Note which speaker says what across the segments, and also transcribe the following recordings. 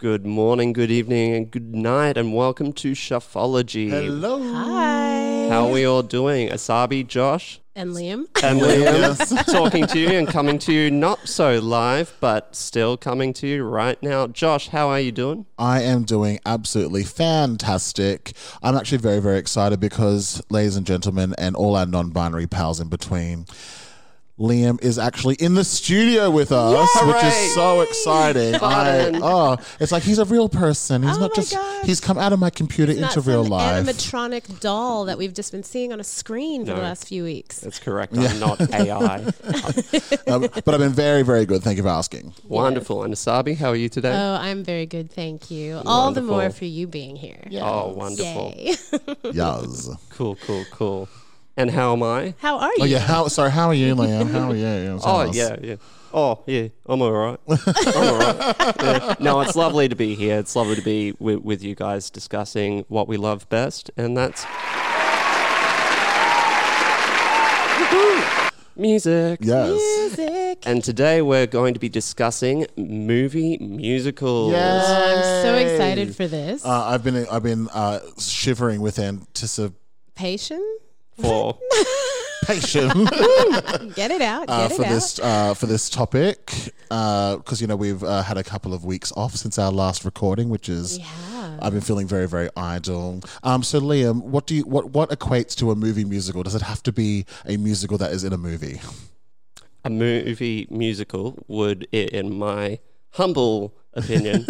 Speaker 1: Good morning, good evening, and good night, and welcome to Shuffology.
Speaker 2: Hello.
Speaker 3: Hi.
Speaker 1: How are we all doing? Asabi, Josh,
Speaker 3: And Liam.
Speaker 1: and Liam
Speaker 2: Yes.
Speaker 1: talking to you and coming to you not so live, but still coming to you right now. Josh, how are you doing?
Speaker 2: I am doing absolutely fantastic. I'm actually very, very excited because, ladies and gentlemen, and all our non binary pals in between, Liam is actually in the studio with us, which
Speaker 1: Hooray!
Speaker 2: is so exciting. I,
Speaker 1: Fun.
Speaker 2: oh, it's like he's a real person. He's
Speaker 3: Oh
Speaker 2: not
Speaker 3: my
Speaker 2: just,
Speaker 3: God.
Speaker 2: he's come out of my computer
Speaker 3: Not
Speaker 2: into real
Speaker 3: some
Speaker 2: life.
Speaker 3: animatronic doll that we've just been seeing on a screen for the last few weeks.
Speaker 1: That's correct. I'm not AI.
Speaker 2: Um, but I've been very, very good. Thank you for asking.
Speaker 1: Wonderful. And Asabi, how are you today?
Speaker 3: Oh, I'm very good, thank you. All the more
Speaker 1: Wonderful.
Speaker 3: for you being here.
Speaker 1: Oh, wonderful.
Speaker 3: Yay.
Speaker 2: Yes.
Speaker 1: Cool, cool, cool. And how am I?
Speaker 3: How are you?
Speaker 2: Oh, yeah. How, sorry, how are you, Liam? How are you? Tell
Speaker 1: Oh
Speaker 2: us.
Speaker 1: yeah, yeah. Oh yeah, I'm all right. I'm all right. Yeah. No, it's lovely to be here. It's lovely to be with, with you guys discussing what we love best, and that's Woohoo! music.
Speaker 2: Yes.
Speaker 3: Music.
Speaker 1: And today we're going to be discussing movie musicals.
Speaker 3: I'm so
Speaker 2: Yay.
Speaker 3: excited for this.
Speaker 2: Uh, I've been I've been uh, shivering with anticipation
Speaker 3: Patient.
Speaker 1: For
Speaker 3: Get it out. Get
Speaker 2: uh,
Speaker 3: it
Speaker 2: for
Speaker 3: out.
Speaker 2: this uh, for this topic because you know we've uh, had a couple of weeks off since our last recording, which is
Speaker 3: Yeah.
Speaker 2: I've been feeling very very idle. Um, so Liam, what do you what what equates to a movie musical? Does it have to be a musical that is in a movie?
Speaker 1: a movie musical would, i- in my humble opinion,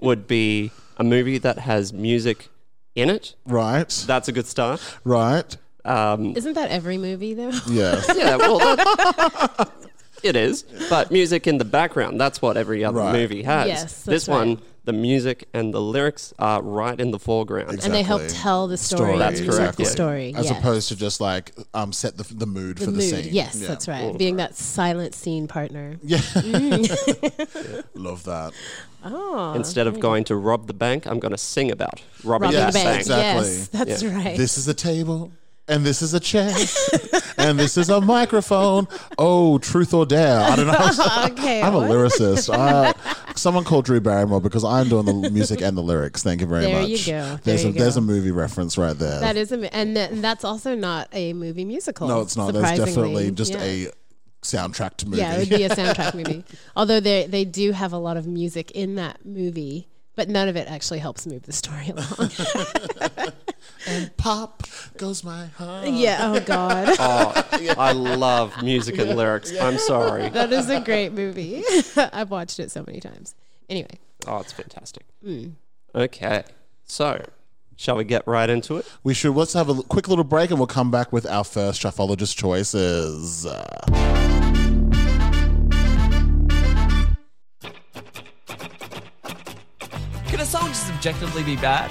Speaker 1: would be a movie that has music in it.
Speaker 2: Right,
Speaker 1: That's a good start.
Speaker 2: right,
Speaker 1: Um,
Speaker 3: Isn't that every movie though?
Speaker 2: yeah,
Speaker 1: yeah, well, that- it is. But music in the background, that's what every other
Speaker 2: Right.
Speaker 1: movie has.
Speaker 3: Yes, that's
Speaker 1: this
Speaker 3: right.
Speaker 1: one, the music and the lyrics are right in the foreground.
Speaker 3: And they help
Speaker 2: Exactly.
Speaker 3: tell the story.
Speaker 1: That's
Speaker 3: of
Speaker 1: correct,
Speaker 3: The
Speaker 1: yeah.
Speaker 3: story.
Speaker 2: as
Speaker 3: yeah.
Speaker 2: opposed to just like um, set the the mood
Speaker 3: the
Speaker 2: for the
Speaker 3: mood.
Speaker 2: scene.
Speaker 3: Yes,
Speaker 2: Yeah.
Speaker 3: that's right. Being that silent scene partner.
Speaker 2: Love that.
Speaker 3: Oh.
Speaker 1: Instead of going to rob the bank, I'm going to sing about robbing
Speaker 3: Robbing
Speaker 2: Yes,
Speaker 3: the bank.
Speaker 2: exactly.
Speaker 3: Yes, that's right.
Speaker 2: This is a table, and this is a chair, and this is a microphone. Oh, truth or dare? I don't know.
Speaker 3: okay.
Speaker 2: I'm a
Speaker 3: what?
Speaker 2: lyricist. I, someone called Drew Barrymore because I'm doing the music and the lyrics. Thank you very
Speaker 3: There
Speaker 2: much.
Speaker 3: you go. There
Speaker 2: There's a
Speaker 3: you
Speaker 2: there's
Speaker 3: go.
Speaker 2: a movie reference right there.
Speaker 3: That is, a, mi- and th- that's also not a movie musical.
Speaker 2: no, it's not. There's
Speaker 3: That's
Speaker 2: definitely just a soundtrack to movie.
Speaker 3: yeah, it would be a soundtrack movie. Although they they do have a lot of music in that movie, but none of it actually helps move the story along.
Speaker 2: Pop goes my heart.
Speaker 3: yeah. Oh God,
Speaker 1: Oh, I love music and lyrics. I'm sorry.
Speaker 3: that is a great movie. I've watched it so many times. Anyway,
Speaker 1: Oh, it's fantastic.
Speaker 3: Mm.
Speaker 1: Okay. So, shall we get right into it?
Speaker 2: We should let's have a l- quick little break, and we'll come back with our first shuffleologist choices.
Speaker 4: Can a song just objectively be bad?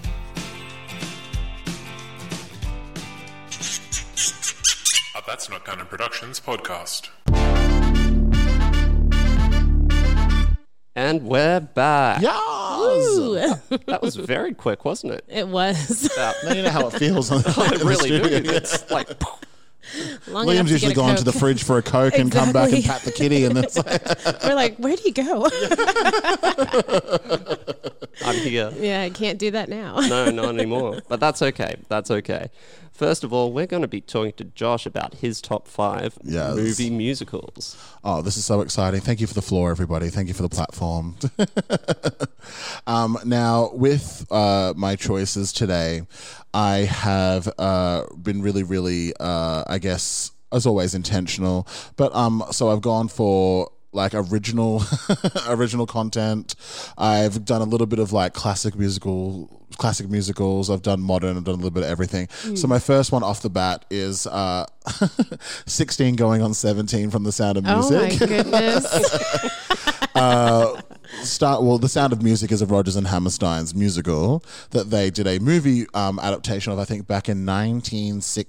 Speaker 5: A That's Not Canon Productions podcast.
Speaker 1: And we're back.
Speaker 2: Yes.
Speaker 1: That was very quick, wasn't it?
Speaker 3: it was.
Speaker 2: Now you know how it feels.
Speaker 1: I really do.
Speaker 2: Studio.
Speaker 1: It's like
Speaker 3: Long enough
Speaker 2: Liam's
Speaker 3: to
Speaker 2: usually
Speaker 3: get a
Speaker 2: gone to the
Speaker 3: Coke.
Speaker 2: fridge for a Coke and come back and
Speaker 3: Exactly.
Speaker 2: pat the kitty and it's like,
Speaker 3: We're like, where do you go?
Speaker 1: I'm here.
Speaker 3: yeah, I can't do that now.
Speaker 1: No, not anymore. But that's okay. That's okay. First of all, we're going to be talking to Josh about his top five
Speaker 2: Yes.
Speaker 1: movie musicals.
Speaker 2: oh, this is so exciting. Thank you for the floor, everybody. Thank you for the platform. um, now, with uh, my choices today, I have uh, been really, really, uh, I guess, as always, intentional. But um, so I've gone for like original original content i've done a little bit of like classic musical classic musicals i've done modern i've done a little bit of everything
Speaker 3: Hmm.
Speaker 2: so my first one off the bat is uh 16 going on 17 from the sound of
Speaker 3: oh
Speaker 2: music
Speaker 3: my goodness.
Speaker 2: start Uh, well the sound of music is of rogers and hammerstein's musical that they did a movie um, adaptation of i think back in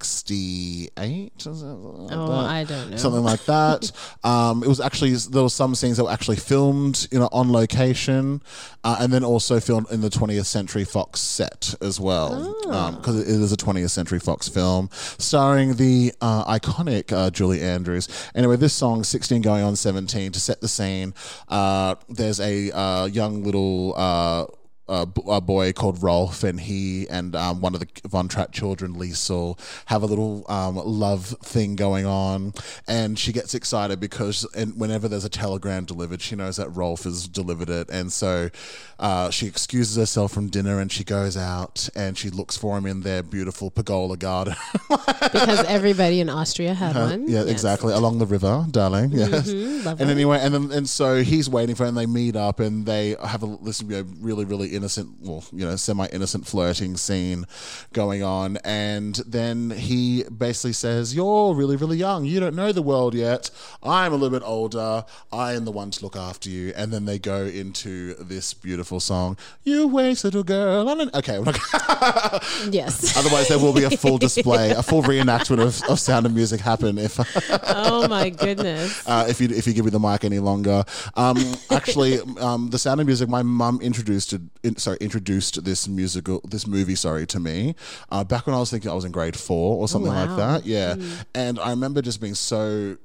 Speaker 2: 1968 oh
Speaker 3: Oh, I don't know.
Speaker 2: something like that um, it was actually there were some scenes that were actually filmed you know on location uh, and then also filmed in the 20th century fox set as well because it is a 20th century fox film starring the uh, iconic uh, julie andrews anyway this song 16 going on 17 to set the scene uh, there's a uh, young little uh, a, b- a boy called Rolf, and he and um, one of the Von Trapp children, Liesel, have a little um, love thing going on. And she gets excited because and whenever there's a telegram delivered, she knows that Rolf has delivered it. And so uh, she excuses herself from dinner and she goes out and she looks for him in their beautiful pergola garden.
Speaker 3: because everybody in Austria had one.
Speaker 2: Uh-huh. Yeah,
Speaker 3: Yes.
Speaker 2: exactly. Along the river, darling. Yes.
Speaker 3: lovely.
Speaker 2: and anyway, and then, and so he's waiting for, her and they meet up, and they have a this you know, really really innocent, well, you know, semi innocent flirting scene going on, and then he basically says, "You're really really young. You don't know the world yet. I'm a little bit older. I am the one to look after you." And then they go into this beautiful song, "You waste little girl." On an... Okay, we're not
Speaker 3: Yes.
Speaker 2: Otherwise, there will be a full display, a full reenactment of, of Sound of Music happen if
Speaker 3: oh my goodness.
Speaker 2: uh, if you if you give me the mic any longer. Um, actually, um, the Sound of Music. My mum introduced it. In, sorry, introduced this musical, this movie. Sorry to me, uh, back when I was thinking I was in grade four or something like that. Yeah, and I remember just being so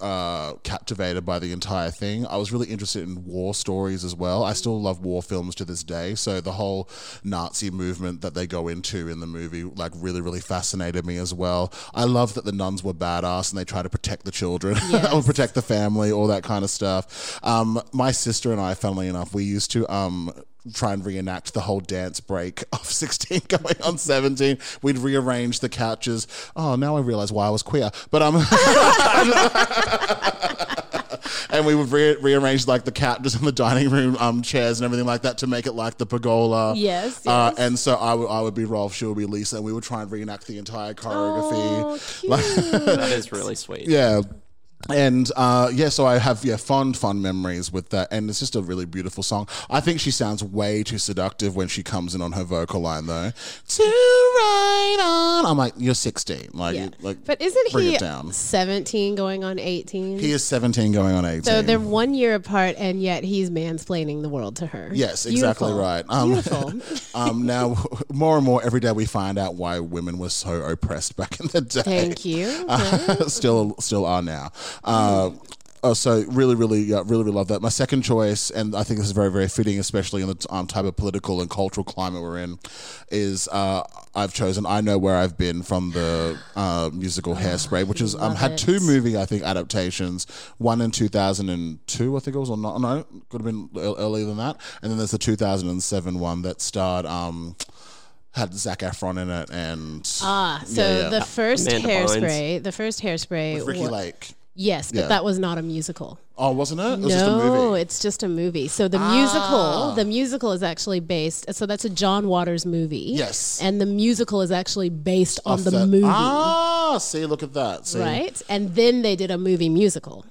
Speaker 2: uh, captivated by the entire thing. I was really interested in war stories as well. I still love war films to this day. So the whole Nazi movement that they go into in the movie, like, really, really fascinated me as well. I love that the nuns were badass and they try to protect the children or protect the family, all that kind of stuff. Um, my sister and I, funnily enough, we used to. Um, try and reenact the whole dance break of 16 going on 17 we'd rearrange the couches oh now i realize why i was queer but um and we would re- rearrange like the couches and the dining room um, chairs and everything like that to make it like the pergola.
Speaker 3: Yes,
Speaker 2: Uh,
Speaker 3: yes.
Speaker 2: and so I would I would be Rolf, she would be Lisa, and we would try and reenact the entire
Speaker 3: Oh,
Speaker 2: choreography.
Speaker 3: cute.
Speaker 1: That is really sweet.
Speaker 2: Yeah. And uh, yeah, so I have yeah fond fond memories with that, and it's just a really beautiful song. I think she sounds way too seductive when she comes in on her vocal line, though. To right on, I'm like, you're 16, like,
Speaker 3: Yeah.
Speaker 2: you- like,
Speaker 3: but isn't
Speaker 2: bring
Speaker 3: he
Speaker 2: it down?
Speaker 3: 17 going on 18?
Speaker 2: He is 17, going on 18.
Speaker 3: so they're one year apart, and yet he's mansplaining the world to her.
Speaker 2: Yes, exactly
Speaker 3: Beautiful.
Speaker 2: right.
Speaker 3: Beautiful.
Speaker 2: um, now, more and more every day we find out why women were so oppressed back in the day.
Speaker 3: Thank you.
Speaker 2: Uh, still, still are now. Uh, oh, so really, really, yeah, really, really love that. My second choice, and I think this is very, very fitting, especially in the um, type of political and cultural climate we're in, is uh, I've chosen "I Know Where I've Been" from the uh, musical Hairspray, which is um,
Speaker 3: Ah, love
Speaker 2: had
Speaker 3: it.
Speaker 2: two movie, I think, adaptations. One in 2002, I think it was, or not, no, could have been ear- earlier than that. And then there's the 2007 one that starred, um, had Zach Efron in it and
Speaker 3: Ah, so the first
Speaker 1: Amanda
Speaker 3: hairspray, the first hairspray,
Speaker 2: Uh, Ricky
Speaker 3: wa-
Speaker 2: Lake.
Speaker 3: yes, but
Speaker 2: Yeah.
Speaker 3: that was not a musical.
Speaker 2: Oh, wasn't it? It was
Speaker 3: no,
Speaker 2: just a movie. Ah.
Speaker 3: it's just a movie. So the musical, the musical is actually based. So that's a John Waters movie.
Speaker 2: Yes.
Speaker 3: and the musical is actually based on
Speaker 2: Off
Speaker 3: the
Speaker 2: that-
Speaker 3: movie,
Speaker 2: Ah, see, look at that. See,
Speaker 3: right? And then they did a movie musical.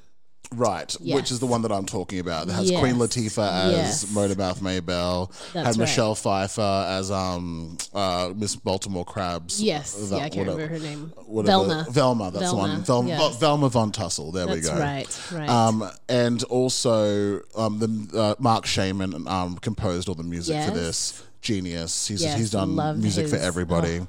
Speaker 2: Right, which is the one that I'm talking about. That has
Speaker 3: Yes.
Speaker 2: Queen Latifah
Speaker 3: Yes.
Speaker 2: as Motormouth Maybell,
Speaker 3: That's
Speaker 2: had
Speaker 3: right.
Speaker 2: Michelle Pfeiffer as um uh, Miss Baltimore Krabs.
Speaker 3: Yes, yeah,
Speaker 2: That-
Speaker 3: I can't
Speaker 2: whatever-
Speaker 3: remember her name.
Speaker 2: whatever-
Speaker 3: Velma.
Speaker 2: Velma, that's the one. Velma,
Speaker 3: yes.
Speaker 2: oh, Velma von Tussle. There we
Speaker 3: That's
Speaker 2: go.
Speaker 3: right, right.
Speaker 2: Um, and also, um, the uh, Mark Shaman um, composed all the music for
Speaker 3: Yes.
Speaker 2: this. Genius. He's
Speaker 3: Yes,
Speaker 2: he's done
Speaker 3: love
Speaker 2: music for
Speaker 3: his-
Speaker 2: everybody.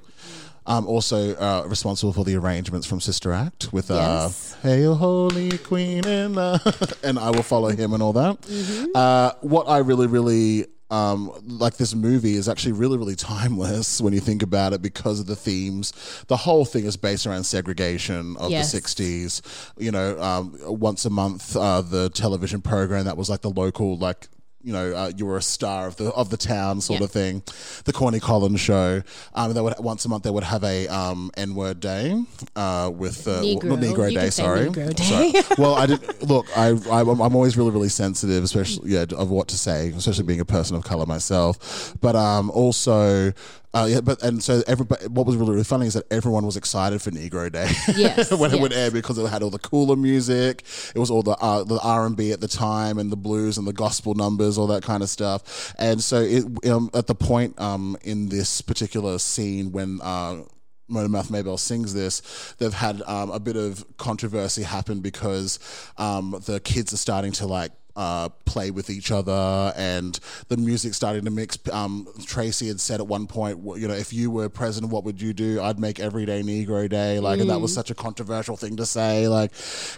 Speaker 2: Um, also uh, responsible for the arrangements from Sister Act with uh,
Speaker 3: Yes.
Speaker 2: Hail Holy Queen and uh, and I will follow him and all that.
Speaker 3: Mm-hmm.
Speaker 2: Uh, what I really really um, like this movie is actually really really timeless when you think about it because of the themes. The whole thing is based around segregation of
Speaker 3: Yes.
Speaker 2: the 60s. You know, um, once a month uh, the television program that was like the local like you know, uh, you were a star of the of the town sort
Speaker 3: Yeah.
Speaker 2: of thing. The Corny Collins show. Um, they would once a month they would have a um, N word day uh, with uh,
Speaker 3: Negro.
Speaker 2: not Negro
Speaker 3: You
Speaker 2: day.
Speaker 3: could say
Speaker 2: sorry,
Speaker 3: Negro Day.
Speaker 2: Sorry. Well, I didn't look. I, I I'm I'm always really really sensitive, especially yeah, of what to say, especially being a person of color myself. But um, also. Uh, yeah, but and so everybody. What was really, really funny is that everyone was excited for Negro Day
Speaker 3: Yes,
Speaker 2: when it would
Speaker 3: yes.
Speaker 2: air because it had all the cooler music. It was all the uh, the R and B at the time and the blues and the gospel numbers, all that kind of stuff. And so it um, at the point um, in this particular scene when. Uh, Mona Mouth Maybell sings this. They've had um, a bit of controversy happen because um, the kids are starting to like uh, play with each other and the music starting to mix. Um, Tracy had said at one point, w- you know, if you were president, what would you do? I'd make every day Negro Day. Like, and that was such a controversial thing to say. Like,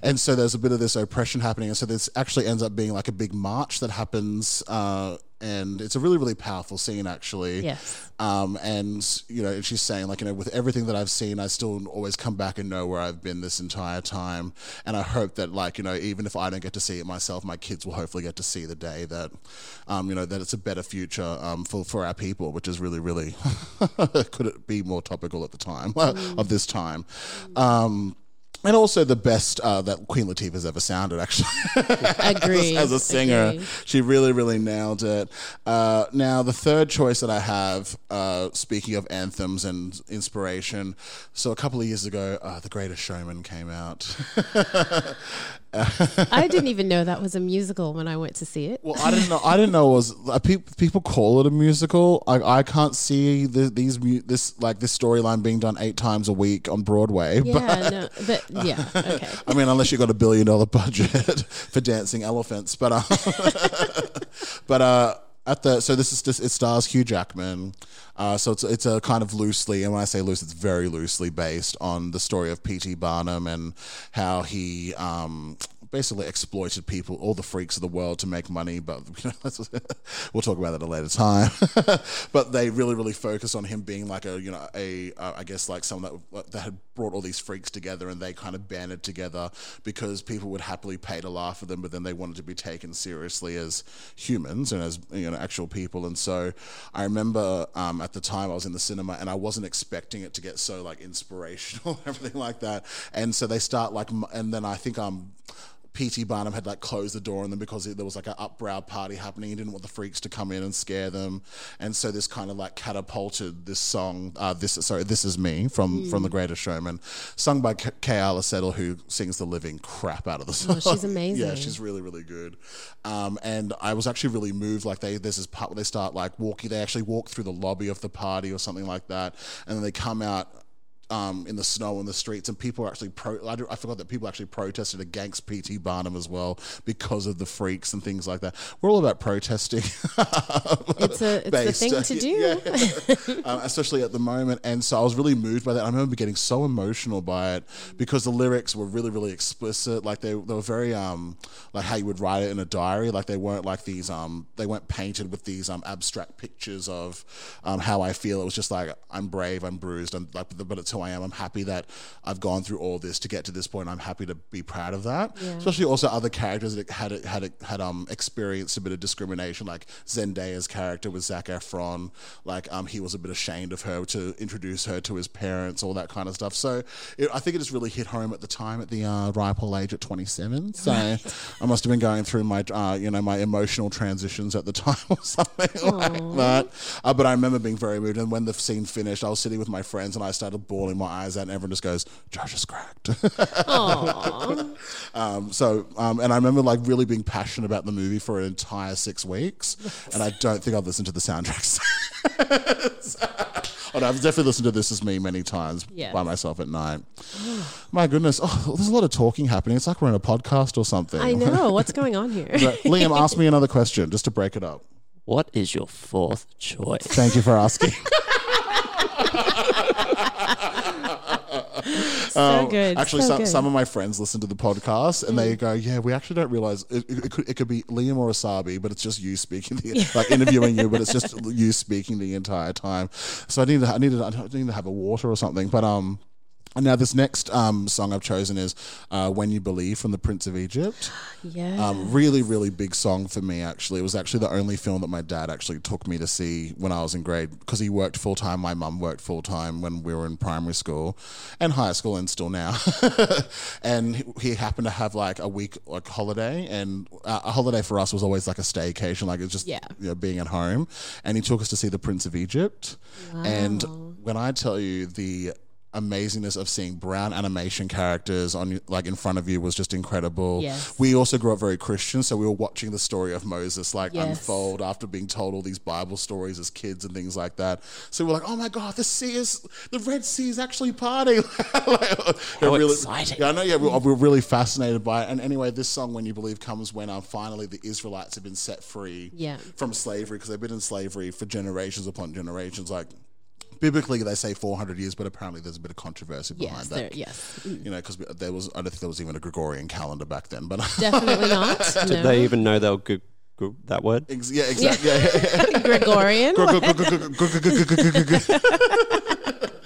Speaker 2: and so there's a bit of this oppression happening. And so this actually ends up being like a big march that happens. Uh, and it's a really, really powerful scene, actually.
Speaker 3: Yes.
Speaker 2: Um, and you know, and she's saying like, you know, with everything that I've seen, I still always come back and know where I've been this entire time. And I hope that like, you know, even if I don't get to see it myself, my kids will hopefully get to see the day that, um, you know, that it's a better future um, for for our people, which is really, really could it be more topical at the time of this time. Um, and also the best uh, that Queen Latifah's ever sounded, actually. as,
Speaker 3: Agreed.
Speaker 2: as a singer.
Speaker 3: Agreed.
Speaker 2: She really, really nailed it. Uh, now, the third choice that I have, uh, speaking of anthems and inspiration, so a couple of years ago, uh, The Greatest Showman came out.
Speaker 3: I didn't even know that was a musical when I went to see it.
Speaker 2: Well, I didn't know. I didn't know it was uh, pe- people call it a musical. I, I can't see the, these mu- this like this storyline being done eight times a week on Broadway.
Speaker 3: yeah, no, but yeah, okay.
Speaker 2: I mean, unless you got a billion dollar budget for dancing elephants, but um, uh, but uh, at the so this is just it stars Hugh Jackman, uh, so it's it's a kind of loosely, and when I say loose, it's very loosely based on the story of P.T. Barnum and how he. Um, Basically exploited people, all the freaks of the world, to make money. But you know, that's, we'll talk about that at a later time. but they really, really focus on him being like a, you know, a uh, I guess like someone that that had brought all these freaks together and they kind of banded together because people would happily pay to laugh at them, but then they wanted to be taken seriously as humans and as you know actual people. And so I remember um, at the time I was in the cinema and I wasn't expecting it to get so like inspirational and everything like that. And so they start like, m- and then I think I'm. P.T. Barnum had like closed the door on them because there was like an upbrow party happening. He didn't want the freaks to come in and scare them, and so this kind of like catapulted this song. Uh, this sorry, this is me from
Speaker 3: Hmm.
Speaker 2: from The Greatest Showman, sung by K- Kayla Settle, who sings the living crap out of the song.
Speaker 3: Oh, she's amazing.
Speaker 2: yeah, she's really really good. Um, and I was actually really moved. Like they there's this part where they start like walking. They actually walk through the lobby of the party or something like that, and then they come out um, in the snow on the streets, and people are actually pro. I, do- I forgot that people actually protested against P.T. Barnum as well because of the freaks and things like that. We're all about protesting.
Speaker 3: It's a it's the
Speaker 2: based,
Speaker 3: thing
Speaker 2: uh,
Speaker 3: to
Speaker 2: yeah,
Speaker 3: do.
Speaker 2: um, especially at the moment. And so I was really moved by that. I remember getting so emotional by it because the lyrics were really, really explicit. Like they, they were very um, like how you would write it in a diary. Like they weren't like these um, they weren't painted with these um, abstract pictures of um, how I feel. It was just like I'm brave, I'm bruised, I'm like, but it's who I am. I'm happy that I've gone through all this to get to this point. I'm happy to be proud of that. Especially also other characters that had had had um experienced a bit of discrimination, like Zendaya's character with Zac Efron. Like um, he was a bit ashamed of her to introduce her to his parents, all that kind of stuff. So it, I think it just really hit home at the time at the uh, ripe old age at 27. So I must have been going through my uh, you know my emotional transitions at the time or something like that. Uh, but I remember being very moved. And when the scene finished, I was sitting with my friends and I started bawling my eyes out, and everyone just goes, "Josh is cracked." Um, so, um, and I remember like really being passionate about the movie for an entire six weeks, and I don't think I've listened to the soundtracks. oh, no, I've definitely listened to "This Is Me" many times
Speaker 3: Yes.
Speaker 2: by myself at night. My goodness, oh, there's a lot of talking happening. It's like we're in a podcast or something.
Speaker 3: I know what's going on here.
Speaker 2: But Liam, ask me another question just to break it up.
Speaker 1: What is your fourth choice?
Speaker 2: Thank you for asking.
Speaker 3: So good.
Speaker 2: um, Actually,
Speaker 3: so
Speaker 2: some,
Speaker 3: good.
Speaker 2: some of my friends listen to the podcast and they go, "Yeah, we actually don't realize it, it, it could it could be Liam or Asabi, but it's just you speaking, the, like interviewing you, but it's just you speaking the entire time." So I need to, I need to, I need to have a water or something. But um, now this next um song I've chosen is uh, "When You Believe" from the Prince of Egypt.
Speaker 3: yeah.
Speaker 2: Um, really, really big song for me, actually. It was actually the only film that my dad actually took me to see when I was in grade because he worked full time. My mum worked full time when we were in primary school and high school and still now. and he- he happened to have like a week like holiday, and uh, a holiday for us was always like a staycation, like it's just
Speaker 3: Yeah.
Speaker 2: you know, being at home. And he took us to see The Prince of Egypt. And when I tell you the amazingness of seeing brown animation characters on like in front of you was just incredible.
Speaker 3: Yes.
Speaker 2: We also grew up very Christian, so we were watching the story of Moses like
Speaker 3: Yes.
Speaker 2: unfold after being told all these Bible stories as kids and things like that. So we're like, oh my god, the sea is the Red Sea is actually parting. like, How
Speaker 4: exciting.
Speaker 2: Yeah, I know. Yeah, we're, we're really fascinated by it. And anyway, this song, "When You Believe," comes when um, finally the Israelites have been set free
Speaker 3: Yeah.
Speaker 2: from slavery because they've been in slavery for generations upon generations. Like biblically, they say 400 years, but apparently there's a bit of controversy
Speaker 3: yes.
Speaker 2: behind
Speaker 3: There,
Speaker 2: that.
Speaker 3: yes.
Speaker 2: You know, because there was, I don't think there was even a Gregorian calendar back then, but
Speaker 3: Definitely not. No.
Speaker 1: They even know they'll go, go that word.
Speaker 2: Ex- yeah, exactly. Yeah.
Speaker 3: Gregorian.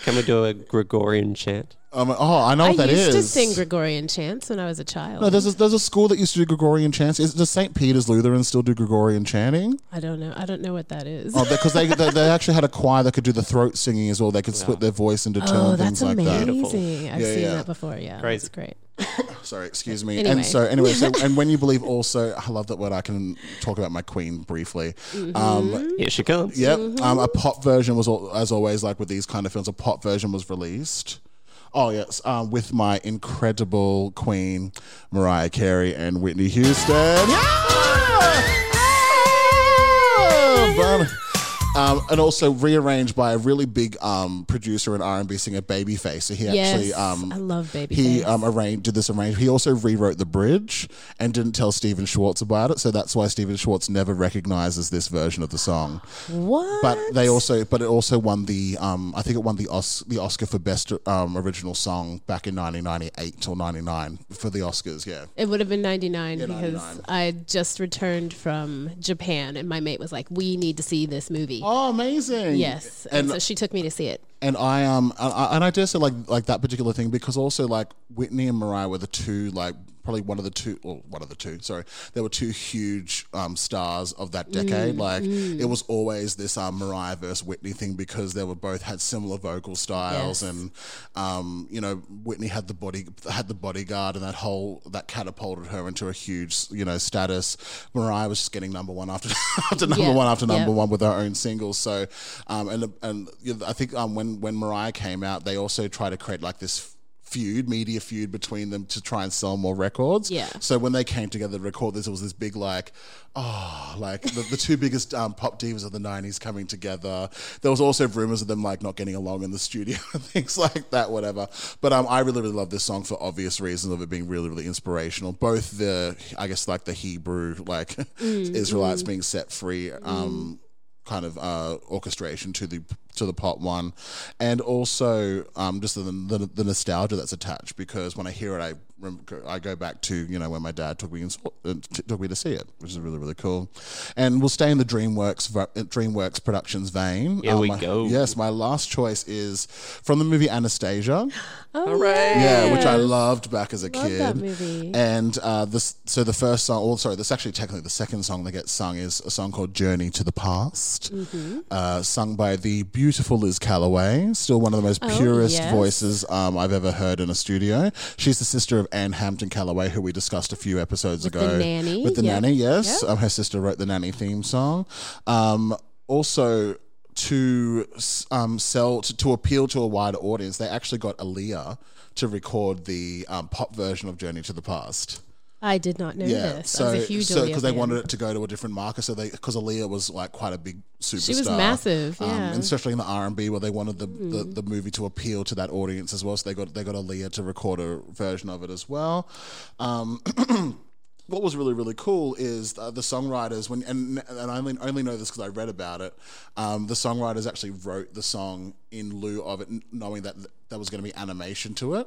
Speaker 1: Can we do a Gregorian chant?
Speaker 2: Um, oh, I know
Speaker 3: I
Speaker 2: what that is.
Speaker 3: used to sing Gregorian chants when I was a child.
Speaker 2: No, there's a, there's a school that used to do Gregorian chants. Is, does St. Peter's Lutheran still do Gregorian chanting?
Speaker 3: I don't know. I don't know what that is.
Speaker 2: Oh, because they, they they actually had a choir that could do the throat singing as well. They could split their voice into two
Speaker 3: Oh,
Speaker 2: and
Speaker 3: that's
Speaker 2: things like that.
Speaker 3: amazing. I've
Speaker 2: Yeah,
Speaker 3: seen
Speaker 2: yeah.
Speaker 3: that before. Yeah,
Speaker 1: Crazy.
Speaker 3: that's great.
Speaker 2: Sorry, excuse me.
Speaker 3: Anyway.
Speaker 2: And so, anyway, so and when you believe, also, I love that word. I can talk about my queen briefly.
Speaker 3: Mm-hmm.
Speaker 2: Um,
Speaker 1: Here she comes.
Speaker 2: yep. Um, a pop version was al- as always like with these kind of films. A pop version was released. Oh yes, um, with my incredible queen Mariah Carey and Whitney Houston. Yeah! Bum. Um, and also rearranged by a really big um, producer and R and B singer, Babyface. So he actually
Speaker 3: Yes,
Speaker 2: um,
Speaker 3: I love Babyface.
Speaker 2: He um, arranged did this arrangement. He also rewrote the bridge and didn't tell Stephen Schwartz about it. So that's why Stephen Schwartz never recognizes this version of the song.
Speaker 3: What?
Speaker 2: But they also, but it also won the, um, I think it won the Os- the Oscar for best um, original song back in 1998 or 99 for the Oscars. Yeah,
Speaker 3: It would have been 99 because
Speaker 2: 99.
Speaker 3: I had just returned from Japan and my mate was like, we need to see this movie.
Speaker 2: oh, amazing.
Speaker 3: Yes. And,
Speaker 2: and
Speaker 3: so she took me to see it.
Speaker 2: and I um I- I, and I dare say like like that particular thing because also like Whitney and Mariah were the two like probably one of the two or one of the two sorry there were two huge um, stars of that
Speaker 3: Mm,
Speaker 2: decade like it was always this um, Mariah versus Whitney thing because they were both had similar vocal styles
Speaker 3: Yes.
Speaker 2: and um, you know Whitney had the body had the bodyguard and that whole that catapulted her into a huge you know status Mariah was just getting number one after after number
Speaker 3: Yeah.
Speaker 2: one after number
Speaker 3: Yeah.
Speaker 2: one with our own singles. So, um, and and you know, I think um, when when Mariah came out, they also tried to create like this feud, media feud between them to try and sell more records.
Speaker 3: Yeah.
Speaker 2: So when they came together to record this, it was this big like, oh, like the, the two biggest um, pop divas of the '90s coming together. There was also rumors of them like not getting along in the studio and things like that, whatever. But um, I really really love this song for obvious reasons of it being really really inspirational. Both the I guess like the Hebrew like Israelites being set free. Um, kind of uh, orchestration to the to the pop one, and also um, just the, the the nostalgia that's attached. Because when I hear it, I rem- I go back to you know when my dad took me in, uh, t- took me to see it, which is really really cool. And we'll stay in the DreamWorks ver- uh, DreamWorks Productions vein. Um,
Speaker 1: Here we
Speaker 2: my-
Speaker 1: go.
Speaker 2: Yes, my last choice is from the movie Anastasia.
Speaker 3: Hooray.
Speaker 2: Yeah, which I loved back as a
Speaker 3: Love
Speaker 2: kid.
Speaker 3: that movie.
Speaker 2: And uh, this, so the first song, or sorry, that's actually technically the second song that gets sung is a song called "Journey to the Past,"
Speaker 3: Mm-hmm.
Speaker 2: uh, sung by the beautiful Liz Callaway, still one of the most
Speaker 3: Oh,
Speaker 2: purest
Speaker 3: yes.
Speaker 2: voices um, I've ever heard in a studio. She's the sister of Anne Hampton Callaway, who we discussed a few episodes
Speaker 3: With The
Speaker 2: ago
Speaker 3: Nanny,
Speaker 2: with the
Speaker 3: yep.
Speaker 2: nanny. Yes, um, her sister wrote the nanny theme song. Um, also. To s- um, sell to, to appeal to a wider audience, they actually got Aaliyah to record the um, pop version of Journey to the Past.
Speaker 3: I did not know this. I was a huge
Speaker 2: so
Speaker 3: Aaliyah
Speaker 2: because they
Speaker 3: fan.
Speaker 2: wanted it to go to a different market, so they because Aaliyah was like quite a big superstar. Um,
Speaker 3: was massive, yeah. Hmm.
Speaker 2: and especially in the R and B, where they wanted the, the the movie to appeal to that audience as well. So they got they got Aaliyah to record a version of it as well. Um, what was really really cool is uh, the songwriters when and and I only only know this because I read about it. Um, the songwriters actually wrote the song in lieu of it, n- knowing that th- there was going to be animation to it.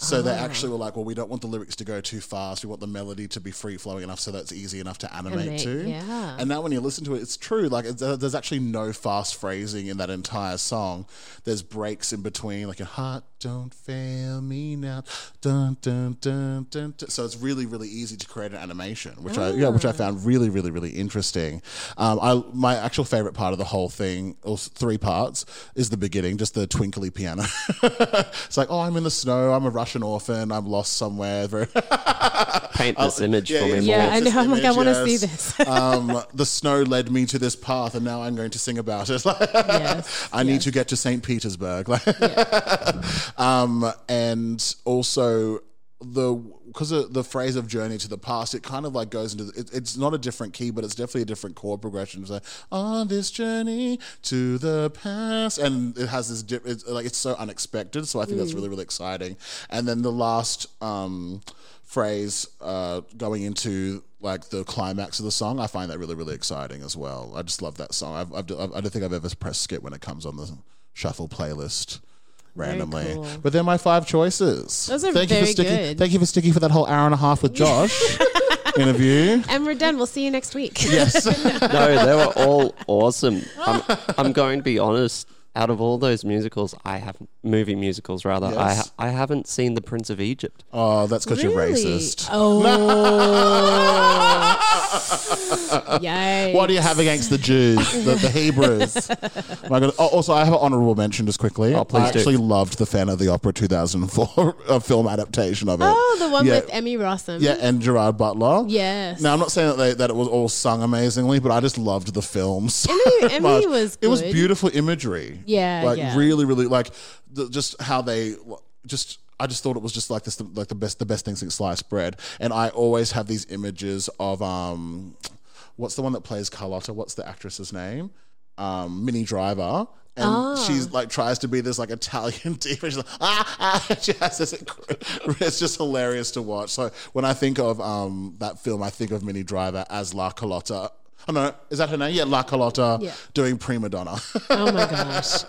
Speaker 2: So
Speaker 3: Oh.
Speaker 2: they actually were like, well, we don't want the lyrics to go too fast. We want the melody to be free flowing enough so that's easy enough to animate,
Speaker 3: Animate,
Speaker 2: to.
Speaker 3: yeah.
Speaker 2: And now when you listen to it, it's true. Like it's, uh, there's actually no fast phrasing in that entire song. There's breaks in between, like a heart don't fail me now, dun dun dun dun. dun. So it's really really easy to create an animation, which I yeah, which
Speaker 3: Mm.
Speaker 2: I found really really really interesting. Um, I my actual favorite part of the whole thing, or s- three parts, is the beginning, just the twinkly piano. it's like, oh, I'm in the snow, I'm a Russian orphan, I'm lost somewhere. Very-
Speaker 1: Paint this image for me.
Speaker 3: Yeah,
Speaker 1: more.
Speaker 3: I know. I'm like, I wanna
Speaker 2: Yes.
Speaker 3: see this.
Speaker 2: um, the snow led me to this path, and now I'm going to sing about it. Like,
Speaker 3: Yes,
Speaker 2: I need to get to St. Petersburg. Like, um, and also the because of the phrase of journey to the past it kind of like goes into the, it, it's not a different key but it's definitely a different chord progression it's like on this journey to the past and it has this dip, it's like it's so unexpected so i think that's really really exciting and then the last um phrase uh going into like the climax of the song i find that really really exciting as well i just love that song I've, I've, i don't think i've ever pressed skip when it comes on the shuffle playlist randomly.
Speaker 3: cool.
Speaker 2: But they're my five choices.
Speaker 3: Those are
Speaker 2: thank you for
Speaker 3: very
Speaker 2: sticking,
Speaker 3: good.
Speaker 2: Thank you for sticking for that whole hour and a half with Josh interview.
Speaker 3: And we're done. We'll see you next week.
Speaker 2: Yes.
Speaker 1: no, they were all awesome. I'm, I'm going to be honest. Out of all those musicals, I have movie musicals rather.
Speaker 2: Yes.
Speaker 1: I I haven't seen The Prince of Egypt.
Speaker 2: oh, that's because
Speaker 3: Really?
Speaker 2: you're racist.
Speaker 3: Oh. Yay.
Speaker 2: What do you have against the Jews, the, the Hebrews? My God. Oh, also, I have an honorable mention just quickly.
Speaker 1: Oh, please
Speaker 2: I
Speaker 1: do.
Speaker 2: actually loved the Fan of the Opera 2004 uh, film adaptation of it.
Speaker 3: Oh, the one
Speaker 2: Yeah.
Speaker 3: with Emmy Rossum.
Speaker 2: Yeah, and Gerard Butler.
Speaker 3: Yes.
Speaker 2: Now I'm not saying that they, that it was all sung amazingly, but I just loved the film. So
Speaker 3: Emmy- Emmy
Speaker 2: much.
Speaker 3: was
Speaker 2: It was
Speaker 3: good.
Speaker 2: beautiful imagery.
Speaker 3: Yeah,
Speaker 2: like
Speaker 3: yeah.
Speaker 2: really, really like the, just how they just. I just thought it was just like this, like the best, the best thing since sliced bread. And I always have these images of um, what's the one that plays Carlotta? What's the actress's name? Um, Minnie Driver. And
Speaker 3: Ah.
Speaker 2: she's like tries to be this like Italian diva. She's like ah, ah. She has this. inc- It's just hilarious to watch. So when I think of um that film, I think of Minnie Driver as La Carlotta. Oh no, is that her name? Yeah, La Carlotta
Speaker 3: Yeah.
Speaker 2: doing prima donna.
Speaker 3: Oh my gosh.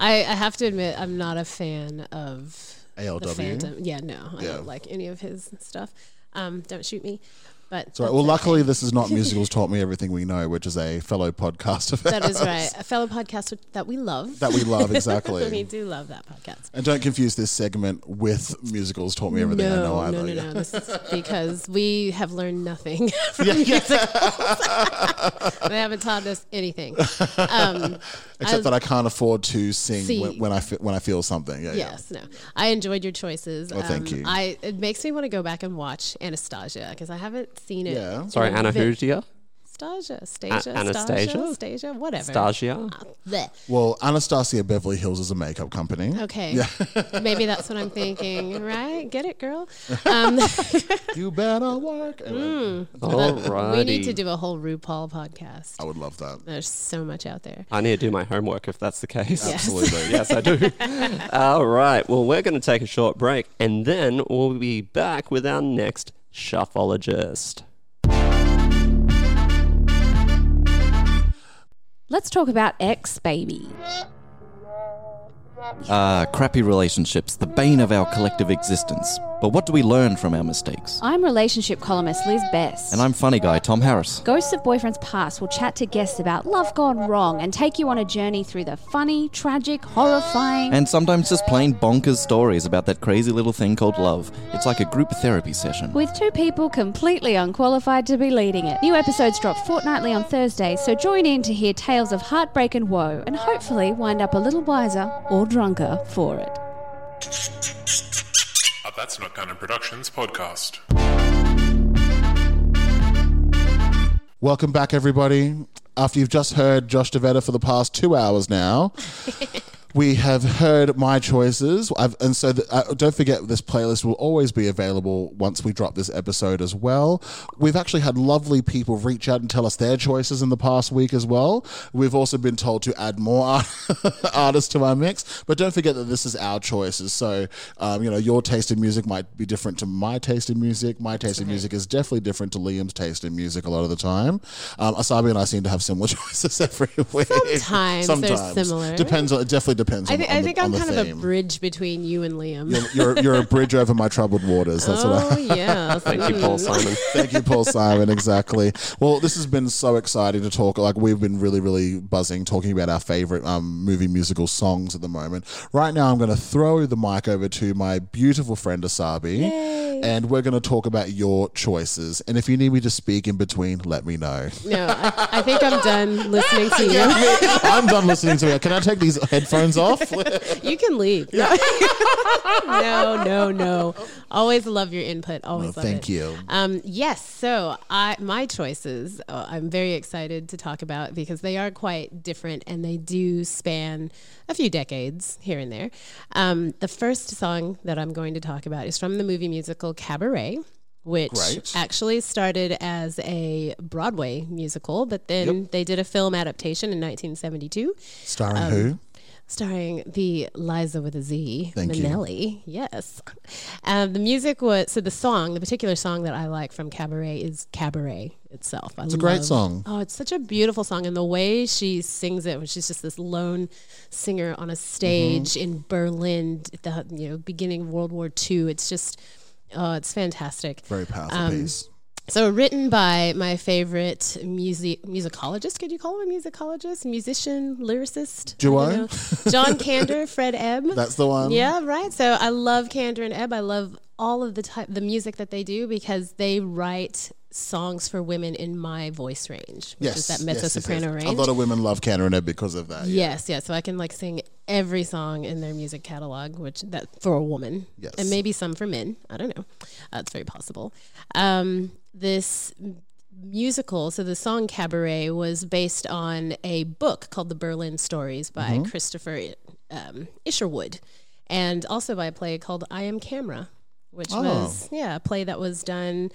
Speaker 3: I, I have to admit, I'm not a fan of
Speaker 2: ALW?
Speaker 3: The Phantom. Yeah, no, I
Speaker 2: Yeah.
Speaker 3: don't like any of his stuff. Um, don't shoot me. But
Speaker 2: Sorry. Well, luckily this is not musicals taught me everything we know, which is a fellow podcast of
Speaker 3: that is
Speaker 2: ours
Speaker 3: right. A fellow podcast with- that we love.
Speaker 2: that we love
Speaker 3: we
Speaker 2: exactly.
Speaker 3: do love that podcast.
Speaker 2: and don't confuse this segment with musicals taught me everything I know
Speaker 3: No,
Speaker 2: either.
Speaker 3: no, no,
Speaker 2: Yeah.
Speaker 3: no. This is because we have learned nothing from
Speaker 2: Yeah, yeah.
Speaker 3: they haven't taught us anything. Um,
Speaker 2: Except that I can't afford to sing
Speaker 3: See.
Speaker 2: when, when I fe- when I feel something. Yeah, yeah.
Speaker 3: yes, no. I enjoyed your choices. Um,
Speaker 2: Well, thank you.
Speaker 3: I it makes me want to go back and watch Anastasia because I haven't seen it.
Speaker 2: Yeah.
Speaker 1: Sorry, Anastasia.
Speaker 3: Anastasia, Stasia,
Speaker 1: Anastasia?
Speaker 3: Anastasia, Stasia, whatever.
Speaker 1: Stasia.
Speaker 3: Blech.
Speaker 2: Well, Anastasia Beverly Hills is a makeup company.
Speaker 3: Okay, maybe that's what I'm thinking. Right? Get it, girl. Um,
Speaker 2: You better work. Anyway,
Speaker 1: Alrighty.
Speaker 3: we need to do a whole RuPaul podcast.
Speaker 2: I would love that.
Speaker 3: There's so much out there.
Speaker 1: I need to do my homework if that's the case.
Speaker 2: Absolutely.
Speaker 1: yes, I do. All right. Well, we're going to take a short break and then we'll be back with our next shuffleologist.
Speaker 6: Let's talk about ex baby.
Speaker 7: Ah, crappy relationships, the bane of our collective existence. But what do we learn from our mistakes?
Speaker 6: I'm relationship columnist Liz Best.
Speaker 7: And I'm funny guy Tom Harris.
Speaker 6: Ghosts of Boyfriends Past will chat to guests about love gone wrong and take you on a journey through the funny, tragic, horrifying.
Speaker 7: And sometimes just plain bonkers stories about that crazy little thing called love. It's like a group therapy session.
Speaker 6: with two people completely unqualified to be leading it. New episodes drop fortnightly on Thursdays, so join in to hear tales of heartbreak and woe, and hopefully wind up a little wiser or drunker for it.
Speaker 5: A That's Not Canon Productions podcast.
Speaker 2: Welcome back, everybody. After you've just heard Josh DeVetta for the past two hours now, We have heard my choices. I've, and so th- uh, don't forget, this playlist will always be available once we drop this episode as well. We've actually had lovely people reach out and tell us their choices in the past week as well. We've also been told to add more art- artists to our mix, but don't forget that this is our choices. So, um, you know, your taste in music might be different to my taste in music. My taste in music is definitely different to Liam's taste in music a lot of the time. Um, Asabi and I seem to have similar choices every week.
Speaker 3: Sometimes they're similar.
Speaker 2: Depends on, it definitely depends
Speaker 3: I,
Speaker 2: on,
Speaker 3: th-
Speaker 2: on
Speaker 3: I
Speaker 2: the-
Speaker 3: think
Speaker 2: on
Speaker 3: I'm
Speaker 2: the
Speaker 3: kind of a
Speaker 2: theme.
Speaker 3: bridge between you and Liam.
Speaker 2: You're, you're a bridge over my troubled waters. That's what
Speaker 3: oh Mm-hmm.
Speaker 2: I.
Speaker 3: yeah.
Speaker 1: Thank you, Paul Simon.
Speaker 2: Thank you, Paul Simon. Exactly. Well, this has been so exciting to talk. Like we've been really, really buzzing talking about our favorite um, movie musical songs at the moment. Right now, I'm going to throw the mic over to my beautiful friend Asabi, and we're going to talk about your choices. And if you need me to speak in between, let me know.
Speaker 3: No, I, I think I'm done listening to you.
Speaker 2: I'm done listening to it. Can I take these headphones off?
Speaker 3: You can leave. No, no, no, no. Always love your input. Always
Speaker 2: Well,
Speaker 3: love
Speaker 2: thank
Speaker 3: it.
Speaker 2: you.
Speaker 3: Um, yes. So I, my choices, uh, I'm very excited to talk about because they are quite different and they do span a few decades here and there. Um, the first song that I'm going to talk about is from the movie musical Cabaret. Which
Speaker 2: Great.
Speaker 3: actually started as a Broadway musical, but then they did a film adaptation in 1972
Speaker 2: Starring
Speaker 3: Um,
Speaker 2: who?
Speaker 3: starring the Liza with a Z,
Speaker 2: Thank you.
Speaker 3: Minnelli. Yes. Um, the music was so the song, the particular song that I like from Cabaret is Cabaret itself. I
Speaker 2: It's a great
Speaker 3: love-
Speaker 2: song.
Speaker 3: Oh, it's such a beautiful song, and the way she sings it, when she's just this lone singer on a stage
Speaker 2: Mm-hmm.
Speaker 3: in Berlin, at the you know beginning of World War II. It's just, oh, it's fantastic.
Speaker 2: Very powerful
Speaker 3: um,
Speaker 2: piece.
Speaker 3: So written by my favorite music musicologist. Could you call him a musicologist, musician, lyricist?
Speaker 2: Do
Speaker 3: don't
Speaker 2: I?
Speaker 3: know. John Kander, Fred Ebb.
Speaker 2: That's the one.
Speaker 3: Yeah, right. So I love Kander and Ebb. I love all of the type the music that they do because they write songs for women in my voice range, which is that mezzo soprano
Speaker 2: yes, yes.
Speaker 3: range.
Speaker 2: A lot of women love Cameron Ebb because of that. yeah.
Speaker 3: Yes, yes. So I can like sing every song in their music catalog, which that for a woman,
Speaker 2: Yes.
Speaker 3: and maybe some for men. I don't know. That's very possible. Um, this m- musical, so the song Cabaret was based on a book called The Berlin Stories by Christopher um, Isherwood, and also by a play called I Am Camera, which was yeah a play that was done.